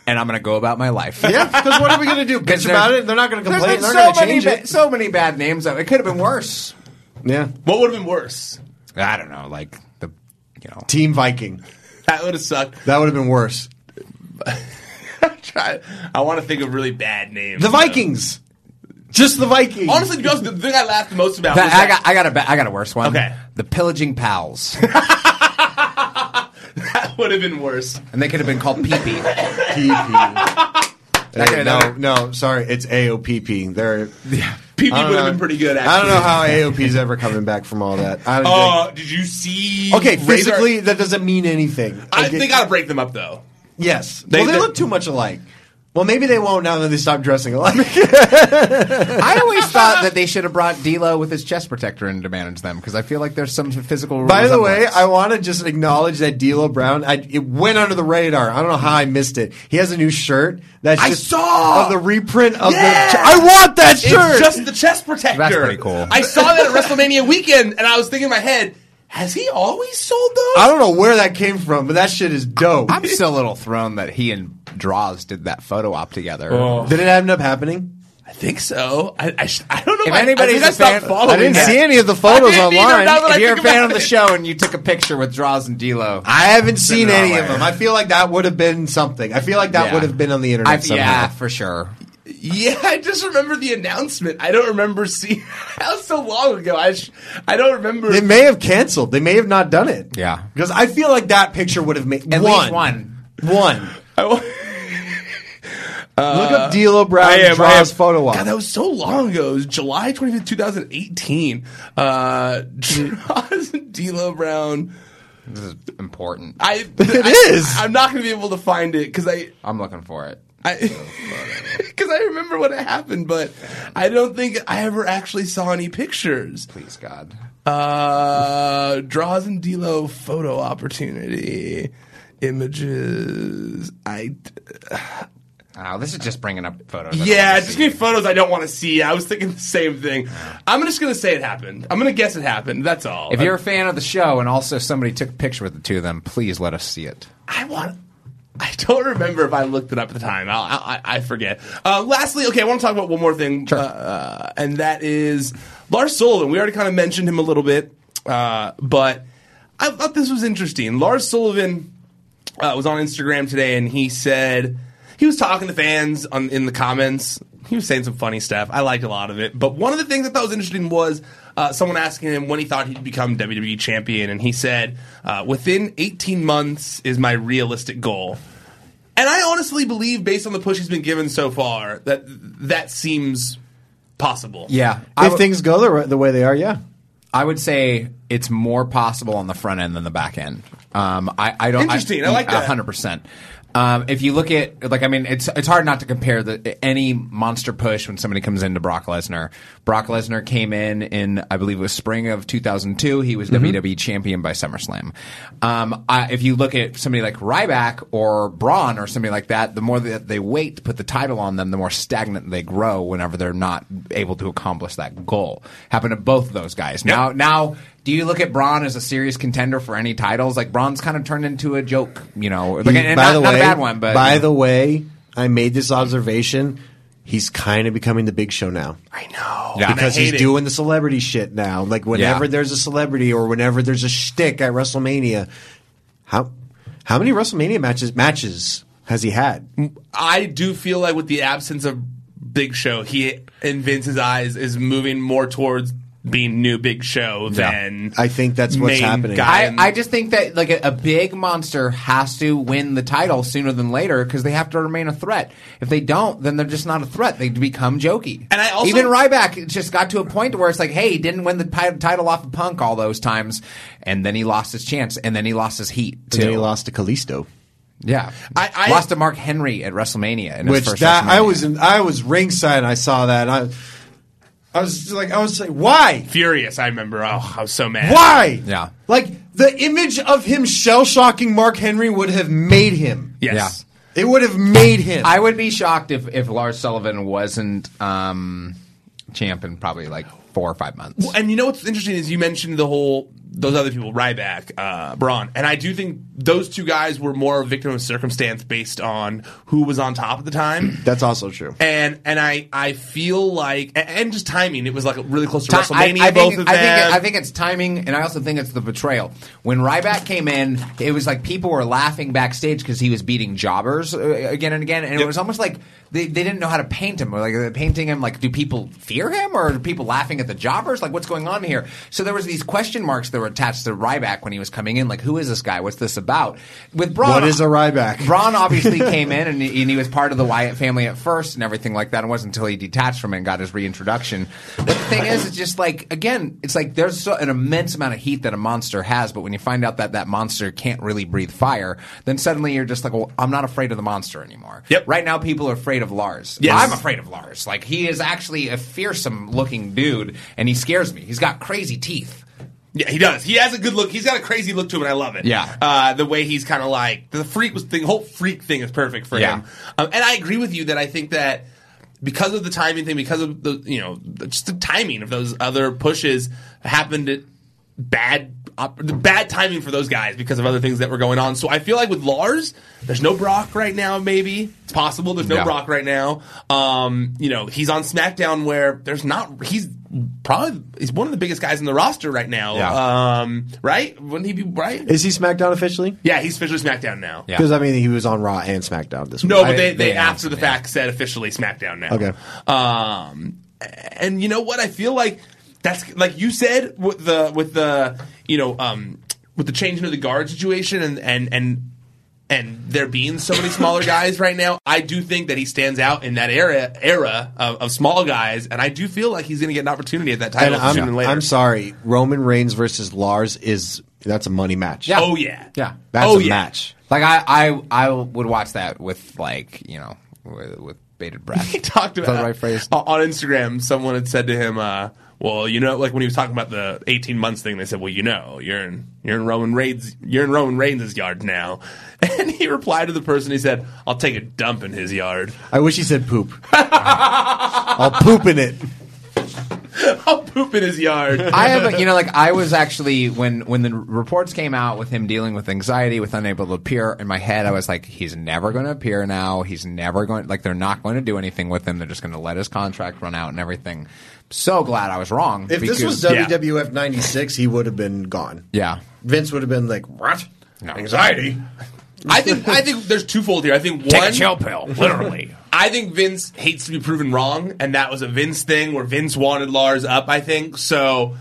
Speaker 7: and i'm gonna go about my life
Speaker 5: yeah, because what are we gonna do?
Speaker 7: 'Cause
Speaker 5: Bitch about
Speaker 7: there's-
Speaker 5: it? They're not gonna
Speaker 7: there's
Speaker 5: complain.
Speaker 7: been
Speaker 5: They're
Speaker 7: so
Speaker 5: not gonna
Speaker 7: many
Speaker 5: change
Speaker 7: ba-
Speaker 5: it.
Speaker 7: so many bad names though. it could have been worse
Speaker 5: Yeah,
Speaker 6: What would have been worse?
Speaker 7: i don't know like the you know
Speaker 5: Team Viking.
Speaker 6: That would have sucked.
Speaker 5: That would have been worse.
Speaker 6: Try. I want to think of really bad names.
Speaker 5: The Vikings, just the Vikings.
Speaker 6: Honestly, to be honest, the thing I laughed the most about.
Speaker 7: That-
Speaker 6: was
Speaker 7: I
Speaker 6: that-
Speaker 7: got, I got a, ba- I got a worse one.
Speaker 6: Okay.
Speaker 7: the pillaging pals,
Speaker 6: that would have been worse.
Speaker 7: and they could have been called peepee.
Speaker 5: Hey,
Speaker 7: could've
Speaker 5: no,
Speaker 7: done it.
Speaker 5: no, sorry, it's AOPP. They're
Speaker 6: PP
Speaker 5: I don't
Speaker 6: would have
Speaker 5: know.
Speaker 6: been pretty good. Actually.
Speaker 5: I don't know how AOP's ever coming back from all that. I don't
Speaker 6: Uh, did you see?
Speaker 5: think. Okay,
Speaker 6: Razor-
Speaker 5: physically that doesn't mean anything.
Speaker 6: I,
Speaker 5: Okay.
Speaker 6: they got to break them up though.
Speaker 5: Yes.
Speaker 6: They-
Speaker 5: well, they
Speaker 6: they-
Speaker 5: look too much alike. Well, maybe they won't now that they stop dressing alike.
Speaker 7: I always thought that they should have brought D'Lo with his chest protector in to manage them because I feel like there's some physical.
Speaker 5: By the way,
Speaker 7: resemblance.
Speaker 5: I want to just acknowledge that D'Lo Brown, I, it went under the radar. I don't know how I missed it. He has a new shirt that's
Speaker 6: I
Speaker 5: just
Speaker 6: saw!
Speaker 5: of the reprint of
Speaker 6: Yeah!
Speaker 5: the. I want that shirt.
Speaker 6: It's just the chest protector.
Speaker 7: That's pretty cool.
Speaker 6: I saw that at WrestleMania weekend, and I was thinking in my head, has he always sold those?
Speaker 5: I don't know where that came from, but that shit is dope.
Speaker 7: I'm still a little thrown that he and Draws did that photo op together.
Speaker 5: Did it end up happening?
Speaker 6: I think so. I, I, sh- I don't know.
Speaker 7: If
Speaker 6: I-
Speaker 7: anybody's
Speaker 6: I,
Speaker 7: a
Speaker 6: think I
Speaker 7: fan,
Speaker 6: stopped following
Speaker 7: I didn't
Speaker 6: that.
Speaker 7: see any of the
Speaker 6: I
Speaker 7: photos
Speaker 6: didn't either,
Speaker 7: online.
Speaker 6: now that I
Speaker 7: if you're a
Speaker 6: think
Speaker 7: fan
Speaker 6: about
Speaker 7: of the
Speaker 6: it.
Speaker 7: show and you took a picture with Draws and D'Lo,
Speaker 5: I haven't seen
Speaker 7: Sitting on
Speaker 5: any of
Speaker 7: my-
Speaker 5: them. I feel like that would have been something. I feel like that
Speaker 7: Yeah.
Speaker 5: would have been on the internet.
Speaker 7: I-
Speaker 5: somehow.
Speaker 7: yeah, for sure.
Speaker 6: Yeah, I just remember the announcement. I don't remember seeing. that was so long ago. I sh- I don't remember.
Speaker 5: They may have canceled. They may have not done it.
Speaker 7: Yeah.
Speaker 5: Because I feel like that picture would have made
Speaker 7: At
Speaker 5: one.
Speaker 7: least one.
Speaker 5: One.
Speaker 6: I wa-
Speaker 5: Look up D'Lo Brown
Speaker 6: I am, I
Speaker 5: draws
Speaker 6: am.
Speaker 5: photo op.
Speaker 6: God, that was so long ago. It was July 25th, 2018. Uh, Jaws and D'Lo Brown.
Speaker 7: This is important. I,
Speaker 6: I,
Speaker 5: It
Speaker 6: I,
Speaker 5: is.
Speaker 6: I'm not going to be able to find it because I,
Speaker 7: am looking for it.
Speaker 6: I, because I remember when it happened, but I don't think I ever actually saw any pictures.
Speaker 7: Please God.
Speaker 6: Uh, draws and D'Lo photo opportunity images. I
Speaker 7: Oh, this is just bringing up photos. I don't
Speaker 6: yeah,
Speaker 7: wanna
Speaker 6: just
Speaker 7: see.
Speaker 6: give me photos I don't want to see. I was thinking the same thing. I'm just gonna say it happened. I'm gonna guess it happened. That's all.
Speaker 7: If you're a fan of the show and also somebody took a picture with the two of them, please let us see it.
Speaker 6: I want. I don't remember if I looked it up at the time. I'll, I, I forget. Uh, lastly, okay, I want to talk about one more thing, uh, and that is Lars Sullivan. We already kind of mentioned him a little bit, uh, but I thought this was interesting. Lars Sullivan uh, was on Instagram today, and he said he was talking to fans on, in the comments. He was saying some funny stuff. I liked a lot of it, but one of the things I thought was interesting was uh, someone asking him when he thought he'd become WWE champion, and he said, uh, "Within 18 months is my realistic goal." And I honestly believe, based on the push he's been given so far, that that seems possible.
Speaker 7: Yeah.
Speaker 5: if things go the, ri- the way they are, yeah.
Speaker 7: I would say it's more possible on the front end than the back end. Um, I, I don't.
Speaker 6: Interesting. I like that.
Speaker 7: hundred percent. Um, if you look at like, I mean, it's it's hard not to compare the any monster push when somebody comes into Brock Lesnar. Brock Lesnar came in in I believe it was spring of 2002. He
Speaker 6: Mm-hmm.
Speaker 7: was WWE champion by SummerSlam. Um, I, if you look at somebody like Ryback or Braun or somebody like that, the more that they wait to put the title on them, the more stagnant they grow. Whenever they're not able to accomplish that goal, happened to both of those guys. Now, now do you look at Braun as a serious contender for any titles? Like Braun's kind of turned into a joke, you know. Like, and not, not a bad one, but
Speaker 5: by the way, I made this observation. He's kind of becoming the big show now.
Speaker 6: I know.
Speaker 7: Yeah.
Speaker 6: And I
Speaker 5: because he's
Speaker 6: hate it.
Speaker 5: doing the celebrity shit now. Like whenever
Speaker 7: Yeah.
Speaker 5: there's a celebrity or whenever there's a shtick at WrestleMania, how how many WrestleMania matches matches has he had?
Speaker 6: I do feel like with the absence of Big Show, he in Vince's eyes is moving more towards being new Big Show
Speaker 7: Yeah.
Speaker 6: than
Speaker 5: I think that's what's
Speaker 6: main
Speaker 5: happening.
Speaker 6: guy
Speaker 7: I,
Speaker 6: in-
Speaker 7: I just think that like a, a big monster has to win the title sooner than later because they have to remain a threat. If they don't, then they're just not a threat. They become jokey.
Speaker 6: And I also-
Speaker 7: even Ryback just got to a point where it's like, hey, he didn't win the pi- title off of Punk all those times, and then he lost his chance, and then he lost his heat
Speaker 5: And
Speaker 7: too.
Speaker 5: then he lost to Kalisto,
Speaker 7: Yeah,
Speaker 6: I- I-
Speaker 7: lost to Mark Henry at WrestleMania. In
Speaker 5: which
Speaker 7: his first
Speaker 5: that I
Speaker 7: WrestleMania.
Speaker 5: was in, I was ringside. and I saw that. And I I was like I was like why
Speaker 6: furious. I remember. Oh, I was so mad.
Speaker 5: why
Speaker 7: Yeah.
Speaker 5: like the image of him shell shocking Mark Henry would have made him
Speaker 6: Yes.
Speaker 5: it would have made him
Speaker 7: I would be shocked if, if Lars Sullivan wasn't um, champ in probably like four or five months.
Speaker 6: And you know what's interesting is you mentioned the whole those other people, Ryback, uh, Braun, and I do think those two guys were more a victim of circumstance based on who was on top at the time.
Speaker 5: that's also true.
Speaker 6: And and I, I feel like and, and just timing it was like really close to
Speaker 7: Ti-
Speaker 6: WrestleMania.
Speaker 7: I, I
Speaker 6: both
Speaker 7: think,
Speaker 6: of them.
Speaker 7: I think, it- I think it's timing, and I also think it's the betrayal. When Ryback came in, it was like people were laughing backstage because he was beating jobbers uh, again and again, and it
Speaker 6: Yep.
Speaker 7: was almost like they, they didn't know how to paint him. Or like they're painting him, like do people fear him or are people laughing at the jobbers? Like what's going on here? So there was these question marks that were were attached to Ryback when he was coming in. Like, who is this guy? What's this about? With Braun,
Speaker 5: What is a Ryback?
Speaker 7: Braun obviously came in and he, and he was part of the Wyatt family at first and everything like that. It wasn't until he detached from it and got his reintroduction. But the thing is, it's just like again, it's like there's so, an immense amount of heat that a monster has, but when you find out that that monster can't really breathe fire, then suddenly you're just like, well, I'm not afraid of the monster anymore. Yep. Right now, people are afraid of Lars.
Speaker 6: Yes.
Speaker 7: I'm afraid of Lars. Like he is actually a fearsome looking dude, and he scares me. He's got crazy teeth.
Speaker 6: Yeah, he does. He has a good look. He's got a crazy look to him, and I love it.
Speaker 7: Yeah.
Speaker 6: Uh, the way he's kind of like the freak was thing. Whole freak thing is perfect for
Speaker 7: Yeah.
Speaker 6: him. Um, and I agree with you that I think that because of the timing thing, because of the you know the- just the timing of those other pushes happened at bad op- the bad timing for those guys because of other things that were going on. So I feel like with Lars, there's no Brock right now. Maybe it's possible. There's no
Speaker 7: Yeah.
Speaker 6: Brock right now. Um, you know he's on SmackDown where there's not. He's probably he's one of the biggest guys in the roster right now.
Speaker 5: Yeah.
Speaker 6: Um, right? Wouldn't he be right?
Speaker 5: Is he SmackDown officially?
Speaker 6: Yeah, he's officially SmackDown now.
Speaker 5: Because I mean, he was on Raw and SmackDown this week.
Speaker 6: No, but they, they, after the fact said officially SmackDown now.
Speaker 5: Okay.
Speaker 6: Um, and you know what? I feel like that's like you said with the with the you know um with the changing of the guard situation and and and and there being so many smaller guys right now, I do think that he stands out in that era era of, of small guys, and I do feel like he's going to get an opportunity at that
Speaker 5: And
Speaker 6: title sooner
Speaker 5: I'm,
Speaker 6: than later.
Speaker 5: I'm sorry, Roman Reigns versus Lars is that's a money match.
Speaker 6: Oh yeah.
Speaker 7: Yeah.
Speaker 5: That's
Speaker 7: oh,
Speaker 5: a
Speaker 7: yeah.
Speaker 5: match.
Speaker 7: Like I, I, I would watch that with like you know with, with bated breath. he
Speaker 6: talked
Speaker 7: Is that
Speaker 6: about
Speaker 7: the right phrase?
Speaker 6: o- on Instagram. Someone had said to him, uh, "Well, you know, like when he was talking about the 18 months thing, they said, well, you know, you're in you're in Roman Reigns you're in Roman Reigns' yard now." And he replied to the person. He said, "I'll take a dump in his yard.
Speaker 5: I wish he said poop. I'll poop in it.
Speaker 6: I'll poop in his yard."
Speaker 7: I have, a- you know, like I was actually when when the reports came out with him dealing with anxiety, with unable to appear. In my head, I was like, he's never going to appear now. He's never going like they're not going to do anything with him. They're just going to let his contract run out and everything. So glad I was wrong.
Speaker 5: If this was
Speaker 7: because-
Speaker 5: WWF '96, he would have been gone.
Speaker 7: yeah.
Speaker 5: Vince would have been like, "What?
Speaker 7: No.
Speaker 5: Anxiety?
Speaker 6: I think I think there's twofold here. I think one
Speaker 7: Take a chill pill, literally.
Speaker 6: I think Vince hates to be proven wrong, and that was a Vince thing where Vince wanted Lars up. I think so.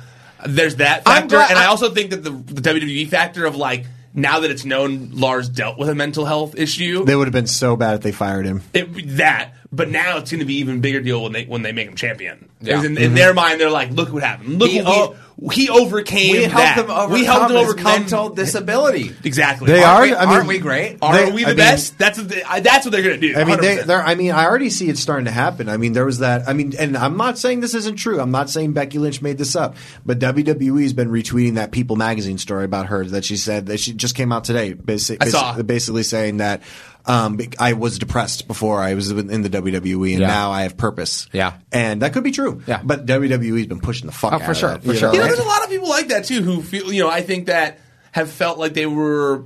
Speaker 6: There's that
Speaker 7: I'm
Speaker 6: factor,
Speaker 7: glad-
Speaker 6: and I,
Speaker 7: I-
Speaker 6: also think that the, the WWE factor of like now that it's known Lars dealt with a mental health issue,
Speaker 5: They would have been so bad if they fired him.
Speaker 6: it, that. But now it's going to be even bigger deal when they when they make him champion.
Speaker 7: Yeah.
Speaker 6: 'Cause In,
Speaker 5: Mm-hmm.
Speaker 6: in their mind, they're like, look what happened. Look,
Speaker 7: He
Speaker 6: what we- he overcame.
Speaker 7: We
Speaker 6: that.
Speaker 7: helped him overcome,
Speaker 6: We helped him overcome
Speaker 7: mental disability.
Speaker 6: Exactly.
Speaker 5: They
Speaker 7: Aren't we-
Speaker 5: are. I mean,
Speaker 7: aren't we great?
Speaker 6: Are
Speaker 5: They-
Speaker 6: we
Speaker 5: I
Speaker 6: the
Speaker 5: mean-
Speaker 6: best? That's what they, I, that's what they're going to do.
Speaker 5: I mean, they,
Speaker 6: 100%.
Speaker 5: they're, I mean, I already see it starting to happen. I mean, there was that. I mean, and I'm not saying this isn't true. I'm not saying Becky Lynch made this up, but WWE's been retweeting that People Magazine story about her that she said that she just came out today, basi-
Speaker 6: I saw.
Speaker 5: basi- basically saying that. Um, be- I was depressed before I was in the WWE, and
Speaker 7: Yeah.
Speaker 5: now I have purpose.
Speaker 7: Yeah.
Speaker 5: and that could be true.
Speaker 7: Yeah.
Speaker 5: but WWE's been pushing the fuck
Speaker 7: Oh,
Speaker 5: out
Speaker 7: for
Speaker 5: of
Speaker 7: sure,
Speaker 5: that,
Speaker 7: for
Speaker 5: you
Speaker 7: sure.
Speaker 5: know?
Speaker 6: You know, there's a lot of people like that too who feel, you know, I think that have felt like they were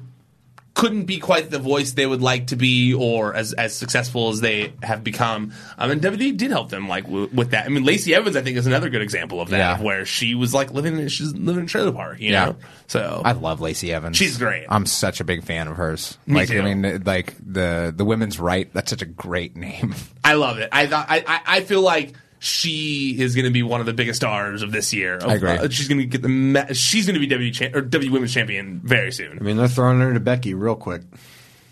Speaker 6: couldn't be quite the voice they would like to be or as as successful as they have become. Um, and WWE did help them like w- with that. I mean, Lacey Evans, I think, is another good example of that,
Speaker 7: Yeah.
Speaker 6: of where she was like living in- she's living in a trailer park, you
Speaker 7: Yeah.
Speaker 6: know. So
Speaker 7: I love Lacey Evans.
Speaker 6: She's great.
Speaker 7: I'm such a big fan of hers.
Speaker 6: Me
Speaker 7: like
Speaker 6: too.
Speaker 7: I mean, like the the women's right. That's such a great name.
Speaker 6: I love it. I thought I, I, I feel like she is going to be one of the biggest stars of this year.
Speaker 7: I agree.
Speaker 6: Uh, she's going to get the ma- she's going to be WWE champ- or WWE Women's Champion very soon.
Speaker 5: I mean, they're throwing her to Becky real quick.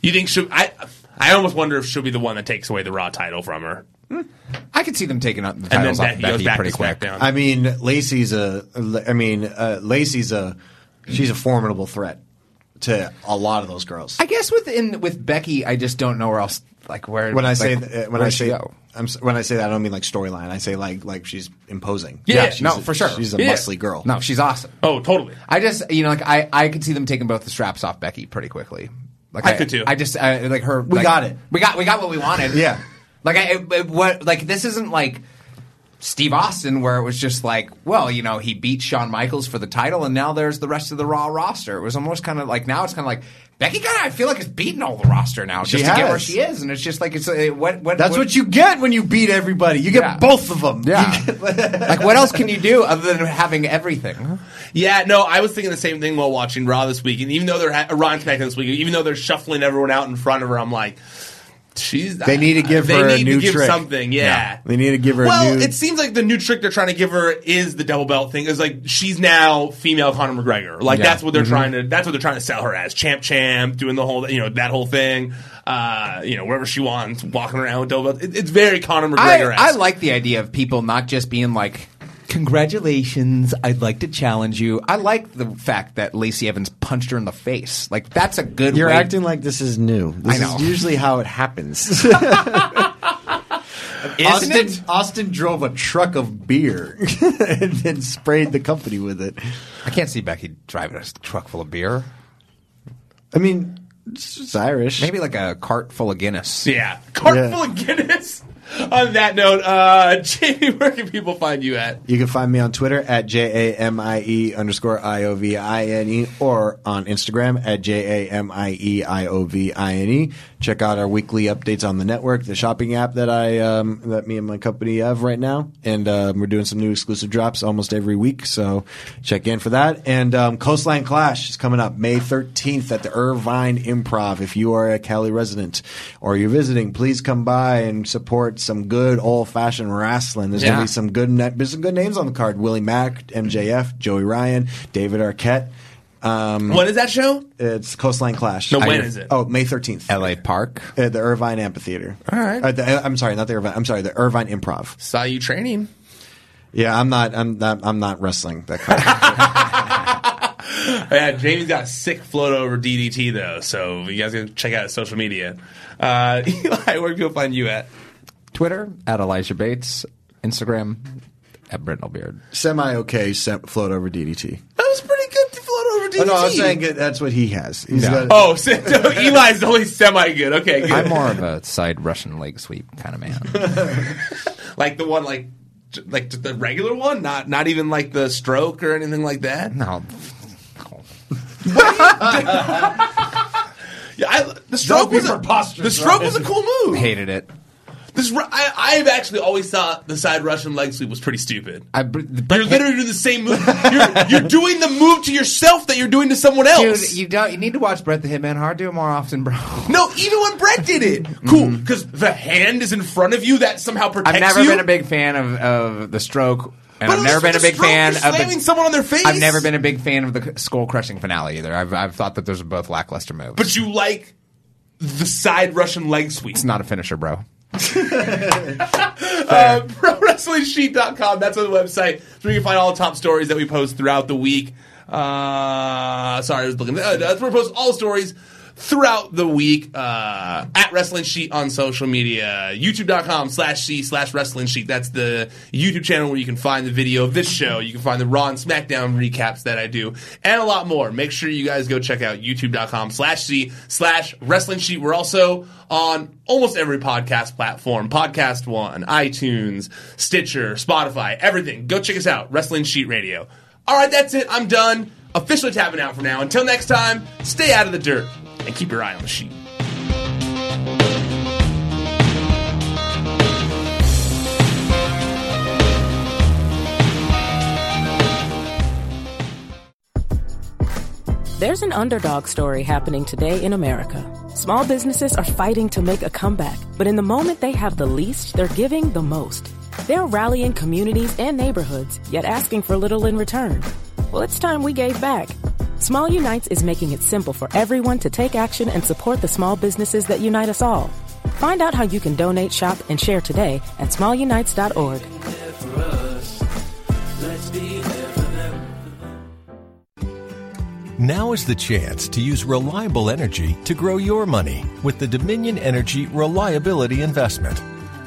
Speaker 6: You think she? I I almost wonder if she'll be the one that takes away the Raw title from her,
Speaker 7: I could see them taking up the
Speaker 6: and then
Speaker 7: titles off
Speaker 6: Becky goes
Speaker 7: Becky
Speaker 6: back to
Speaker 7: pretty quick.
Speaker 6: SmackDown.
Speaker 5: I mean, Lacey's a. I mean, uh, Lacey's a. She's a formidable threat to a lot of those girls.
Speaker 7: I guess within with Becky, I just don't know where else. Like where
Speaker 5: when I
Speaker 7: like,
Speaker 5: say th- uh, when
Speaker 7: where
Speaker 5: I
Speaker 7: she
Speaker 5: say
Speaker 7: go?
Speaker 5: I'm, s- when I say that, I don't mean like storyline. I say like like she's imposing.
Speaker 6: Yeah,
Speaker 5: she's
Speaker 7: no,
Speaker 5: a-
Speaker 7: for sure.
Speaker 5: She's a
Speaker 6: Yeah.
Speaker 5: muscly girl.
Speaker 7: no, she's awesome.
Speaker 6: oh, totally.
Speaker 7: I just you know like I I could see them taking both the straps off Becky pretty quickly. Like
Speaker 6: I could too.
Speaker 7: I just I, like her.
Speaker 5: We
Speaker 7: like-
Speaker 5: got it.
Speaker 7: We got we got what we wanted.
Speaker 5: Yeah.
Speaker 7: Like I it- it- what like this isn't like. Steve Austin, where it was just like, well, you know, he beat Shawn Michaels for the title, and now there's the rest of the Raw roster. It was almost kind of like now it's kind of like Becky kind of I feel like is beating all the roster now
Speaker 5: She
Speaker 7: just to get where
Speaker 5: has.
Speaker 7: she is, and it's just like it's uh, what what
Speaker 5: that's what, you get when you beat everybody. You get
Speaker 7: Yeah.
Speaker 5: both of them.
Speaker 7: Yeah. like, what else can you do other than having everything?
Speaker 6: Yeah, no, I was thinking the same thing while uh, watching Raw this week, and even though they're ha- Raw and SmackDown this week, even though they're shuffling everyone out in front of her, I'm like, She's.
Speaker 5: They need to give
Speaker 6: They
Speaker 5: her a
Speaker 6: need
Speaker 5: new
Speaker 6: to give
Speaker 5: trick.
Speaker 6: something, yeah.
Speaker 5: They need to give her
Speaker 6: well,
Speaker 5: a new.
Speaker 6: it seems like the new trick they're trying to give her is the double belt thing. Is like she's now female Conor McGregor. Like
Speaker 7: Yeah.
Speaker 6: that's what they're
Speaker 5: Mm-hmm.
Speaker 7: Mhm.
Speaker 6: trying to. That's what they're trying to sell her as champ, champ, doing the whole you know that whole thing. Uh, you know wherever she wants, walking around with double belt. It, it's very Conor
Speaker 7: I,
Speaker 6: McGregor.
Speaker 7: I like the idea of people not just being like, "Congratulations, I'd like to challenge you." I like the fact that Lacey Evans punched her in the face. Like that's a good.
Speaker 5: You're
Speaker 7: way-
Speaker 5: acting like this is new. This
Speaker 7: I know.
Speaker 5: is usually how it happens. Austin,
Speaker 7: it?
Speaker 5: Austin drove a truck of beer and then sprayed the company with it.
Speaker 7: I can't see Becky driving a s- truck full of beer.
Speaker 5: I mean, she's Irish.
Speaker 7: Maybe like a cart full of Guinness.
Speaker 6: Yeah, cart
Speaker 5: Yeah.
Speaker 6: full of Guinness. On that note, uh, Jamie, where can people find you at?
Speaker 5: You can find me on Twitter at J A M I E underscore I O V I N E or on Instagram at J A M I E I O V I N E. Check out our weekly updates on the network, the shopping app that I um, that me and my company have right now. And um, we're doing some new exclusive drops almost every week. So check in for that. And um, Coastline Clash is coming up May 13th at the Irvine Improv. If you are a Cali resident or you're visiting, please come by and support some good old fashioned wrestling. There's
Speaker 7: Yeah.
Speaker 5: going to be some good na- there's some good names on the card. Willie Mack, MJF, Joey Ryan, David Arquette. Um,
Speaker 6: When is that show?
Speaker 5: It's Coastline Clash.
Speaker 6: No, when
Speaker 5: I-
Speaker 6: is it?
Speaker 5: Oh, May 13th.
Speaker 7: L.A. Park.
Speaker 5: At the Irvine Amphitheater.
Speaker 6: All right.
Speaker 5: At the- I'm sorry, not the Irvine. I'm sorry, the Irvine Improv.
Speaker 6: Saw you training.
Speaker 5: Yeah, I'm not. I'm not. I'm not wrestling that card.
Speaker 6: Oh, Yeah, Jamie's got a sick float over DDT though, so you guys can check out his social media. Uh, Eli, where can people find you at?
Speaker 7: Twitter at Elijah Bates. Instagram at Brindle Beard.
Speaker 5: Semi okay. Sem- float over DDT.
Speaker 6: That was pretty good to float over DDT.
Speaker 5: Oh, no, I'm saying that that's what he has. He's
Speaker 7: No.
Speaker 5: got,
Speaker 6: Oh, so, so Eli's only semi good. Okay, good.
Speaker 7: I'm more of a side Russian leg sweep kind of man.
Speaker 6: like the one like j- like just the regular one, not not even like the stroke or anything like that.
Speaker 7: No.
Speaker 6: Yeah, I, the stroke
Speaker 5: be
Speaker 6: was a,
Speaker 5: preposterous,
Speaker 6: the stroke
Speaker 5: Ryan.
Speaker 6: was a cool move.
Speaker 7: Hated it.
Speaker 6: This Ru- I, I've actually always thought the side Russian leg sweep was pretty stupid.
Speaker 7: I, br- but
Speaker 6: You're literally doing the same move. You're, you're doing the move to yourself that you're doing to someone else.
Speaker 7: Dude, you don't. You need to watch Brett the Hitman Hard. Do it more often, bro.
Speaker 6: no, even when Brett did it, cool, because the hand is in front of you that somehow protects
Speaker 7: Mm-hmm. I've never
Speaker 6: you.
Speaker 7: been a big fan of, of the stroke, and I've
Speaker 6: But at
Speaker 7: never
Speaker 6: least
Speaker 7: been a
Speaker 6: with
Speaker 7: big
Speaker 6: the stroke,
Speaker 7: fan
Speaker 6: you're
Speaker 7: of
Speaker 6: slamming someone on their face.
Speaker 7: I've never been a big fan of the skull crushing finale either. I've, I've thought that those are both lackluster moves.
Speaker 6: But you like the side Russian leg sweep.
Speaker 7: it's not a finisher, bro.
Speaker 6: Uh, ProWrestlingSheet.com. That's the website. That's where you can find all the top stories that we post throughout the week. Uh, sorry, I was looking. Uh, that's where we post all stories throughout the week uh, at Wrestling Sheet on social media. YouTube.com slash C slash Wrestling Sheet. That's the YouTube channel where you can find the video of this show. You can find the Raw and SmackDown recaps that I do and a lot more. Make sure you guys go check out YouTube.com slash C slash Wrestling Sheet. We're also on almost every podcast platform Podcast One, iTunes, Stitcher, Spotify, everything. Go check us out, Wrestling Sheet Radio. All right, that's it. I'm done. Officially tapping out for now. Until next time, stay out of the dirt and keep your eye on the sheet.
Speaker 10: There's an underdog story happening today in America. Small businesses are fighting to make a comeback, but in the moment they have the least, they're giving the most. They're rallying communities and neighborhoods, yet asking for little in return. Well, it's time we gave back. Small Unites is making it simple for everyone to take action and support the small businesses that unite us all. Find out how you can donate, shop, and share today at smallunites.org.
Speaker 11: Now is the chance to use reliable energy to grow your money with the Dominion Energy Reliability Investment.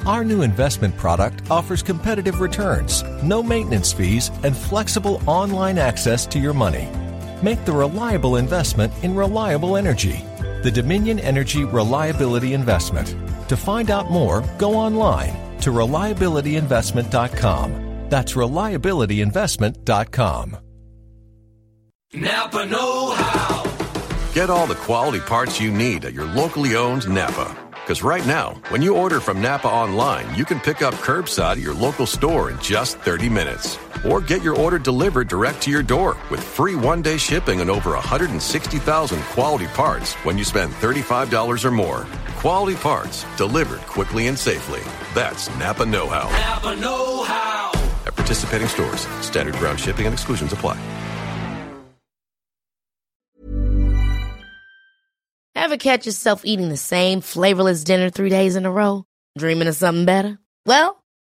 Speaker 11: Our new investment product offers competitive returns, no maintenance fees, and flexible online access to your money. Make the reliable investment in reliable energy. The Dominion Energy Reliability Investment. To find out more, go online to reliabilityinvestment.com. That's reliabilityinvestment.com.
Speaker 3: Napa Know How.
Speaker 4: Get all the quality parts you need at your locally owned Napa. Because right now, when you order from Napa online, you can pick up curbside at your local store in just 30 minutes. Or get your order delivered direct to your door with free one day shipping on over 160,000 quality parts when you spend $35 or more. quality parts delivered quickly and safely. That's Napa Know How.
Speaker 12: Napa Know How.
Speaker 4: At participating stores, standard ground shipping and exclusions apply.
Speaker 7: Ever catch yourself eating the same flavorless dinner three days in a row? Dreaming of something better? Well,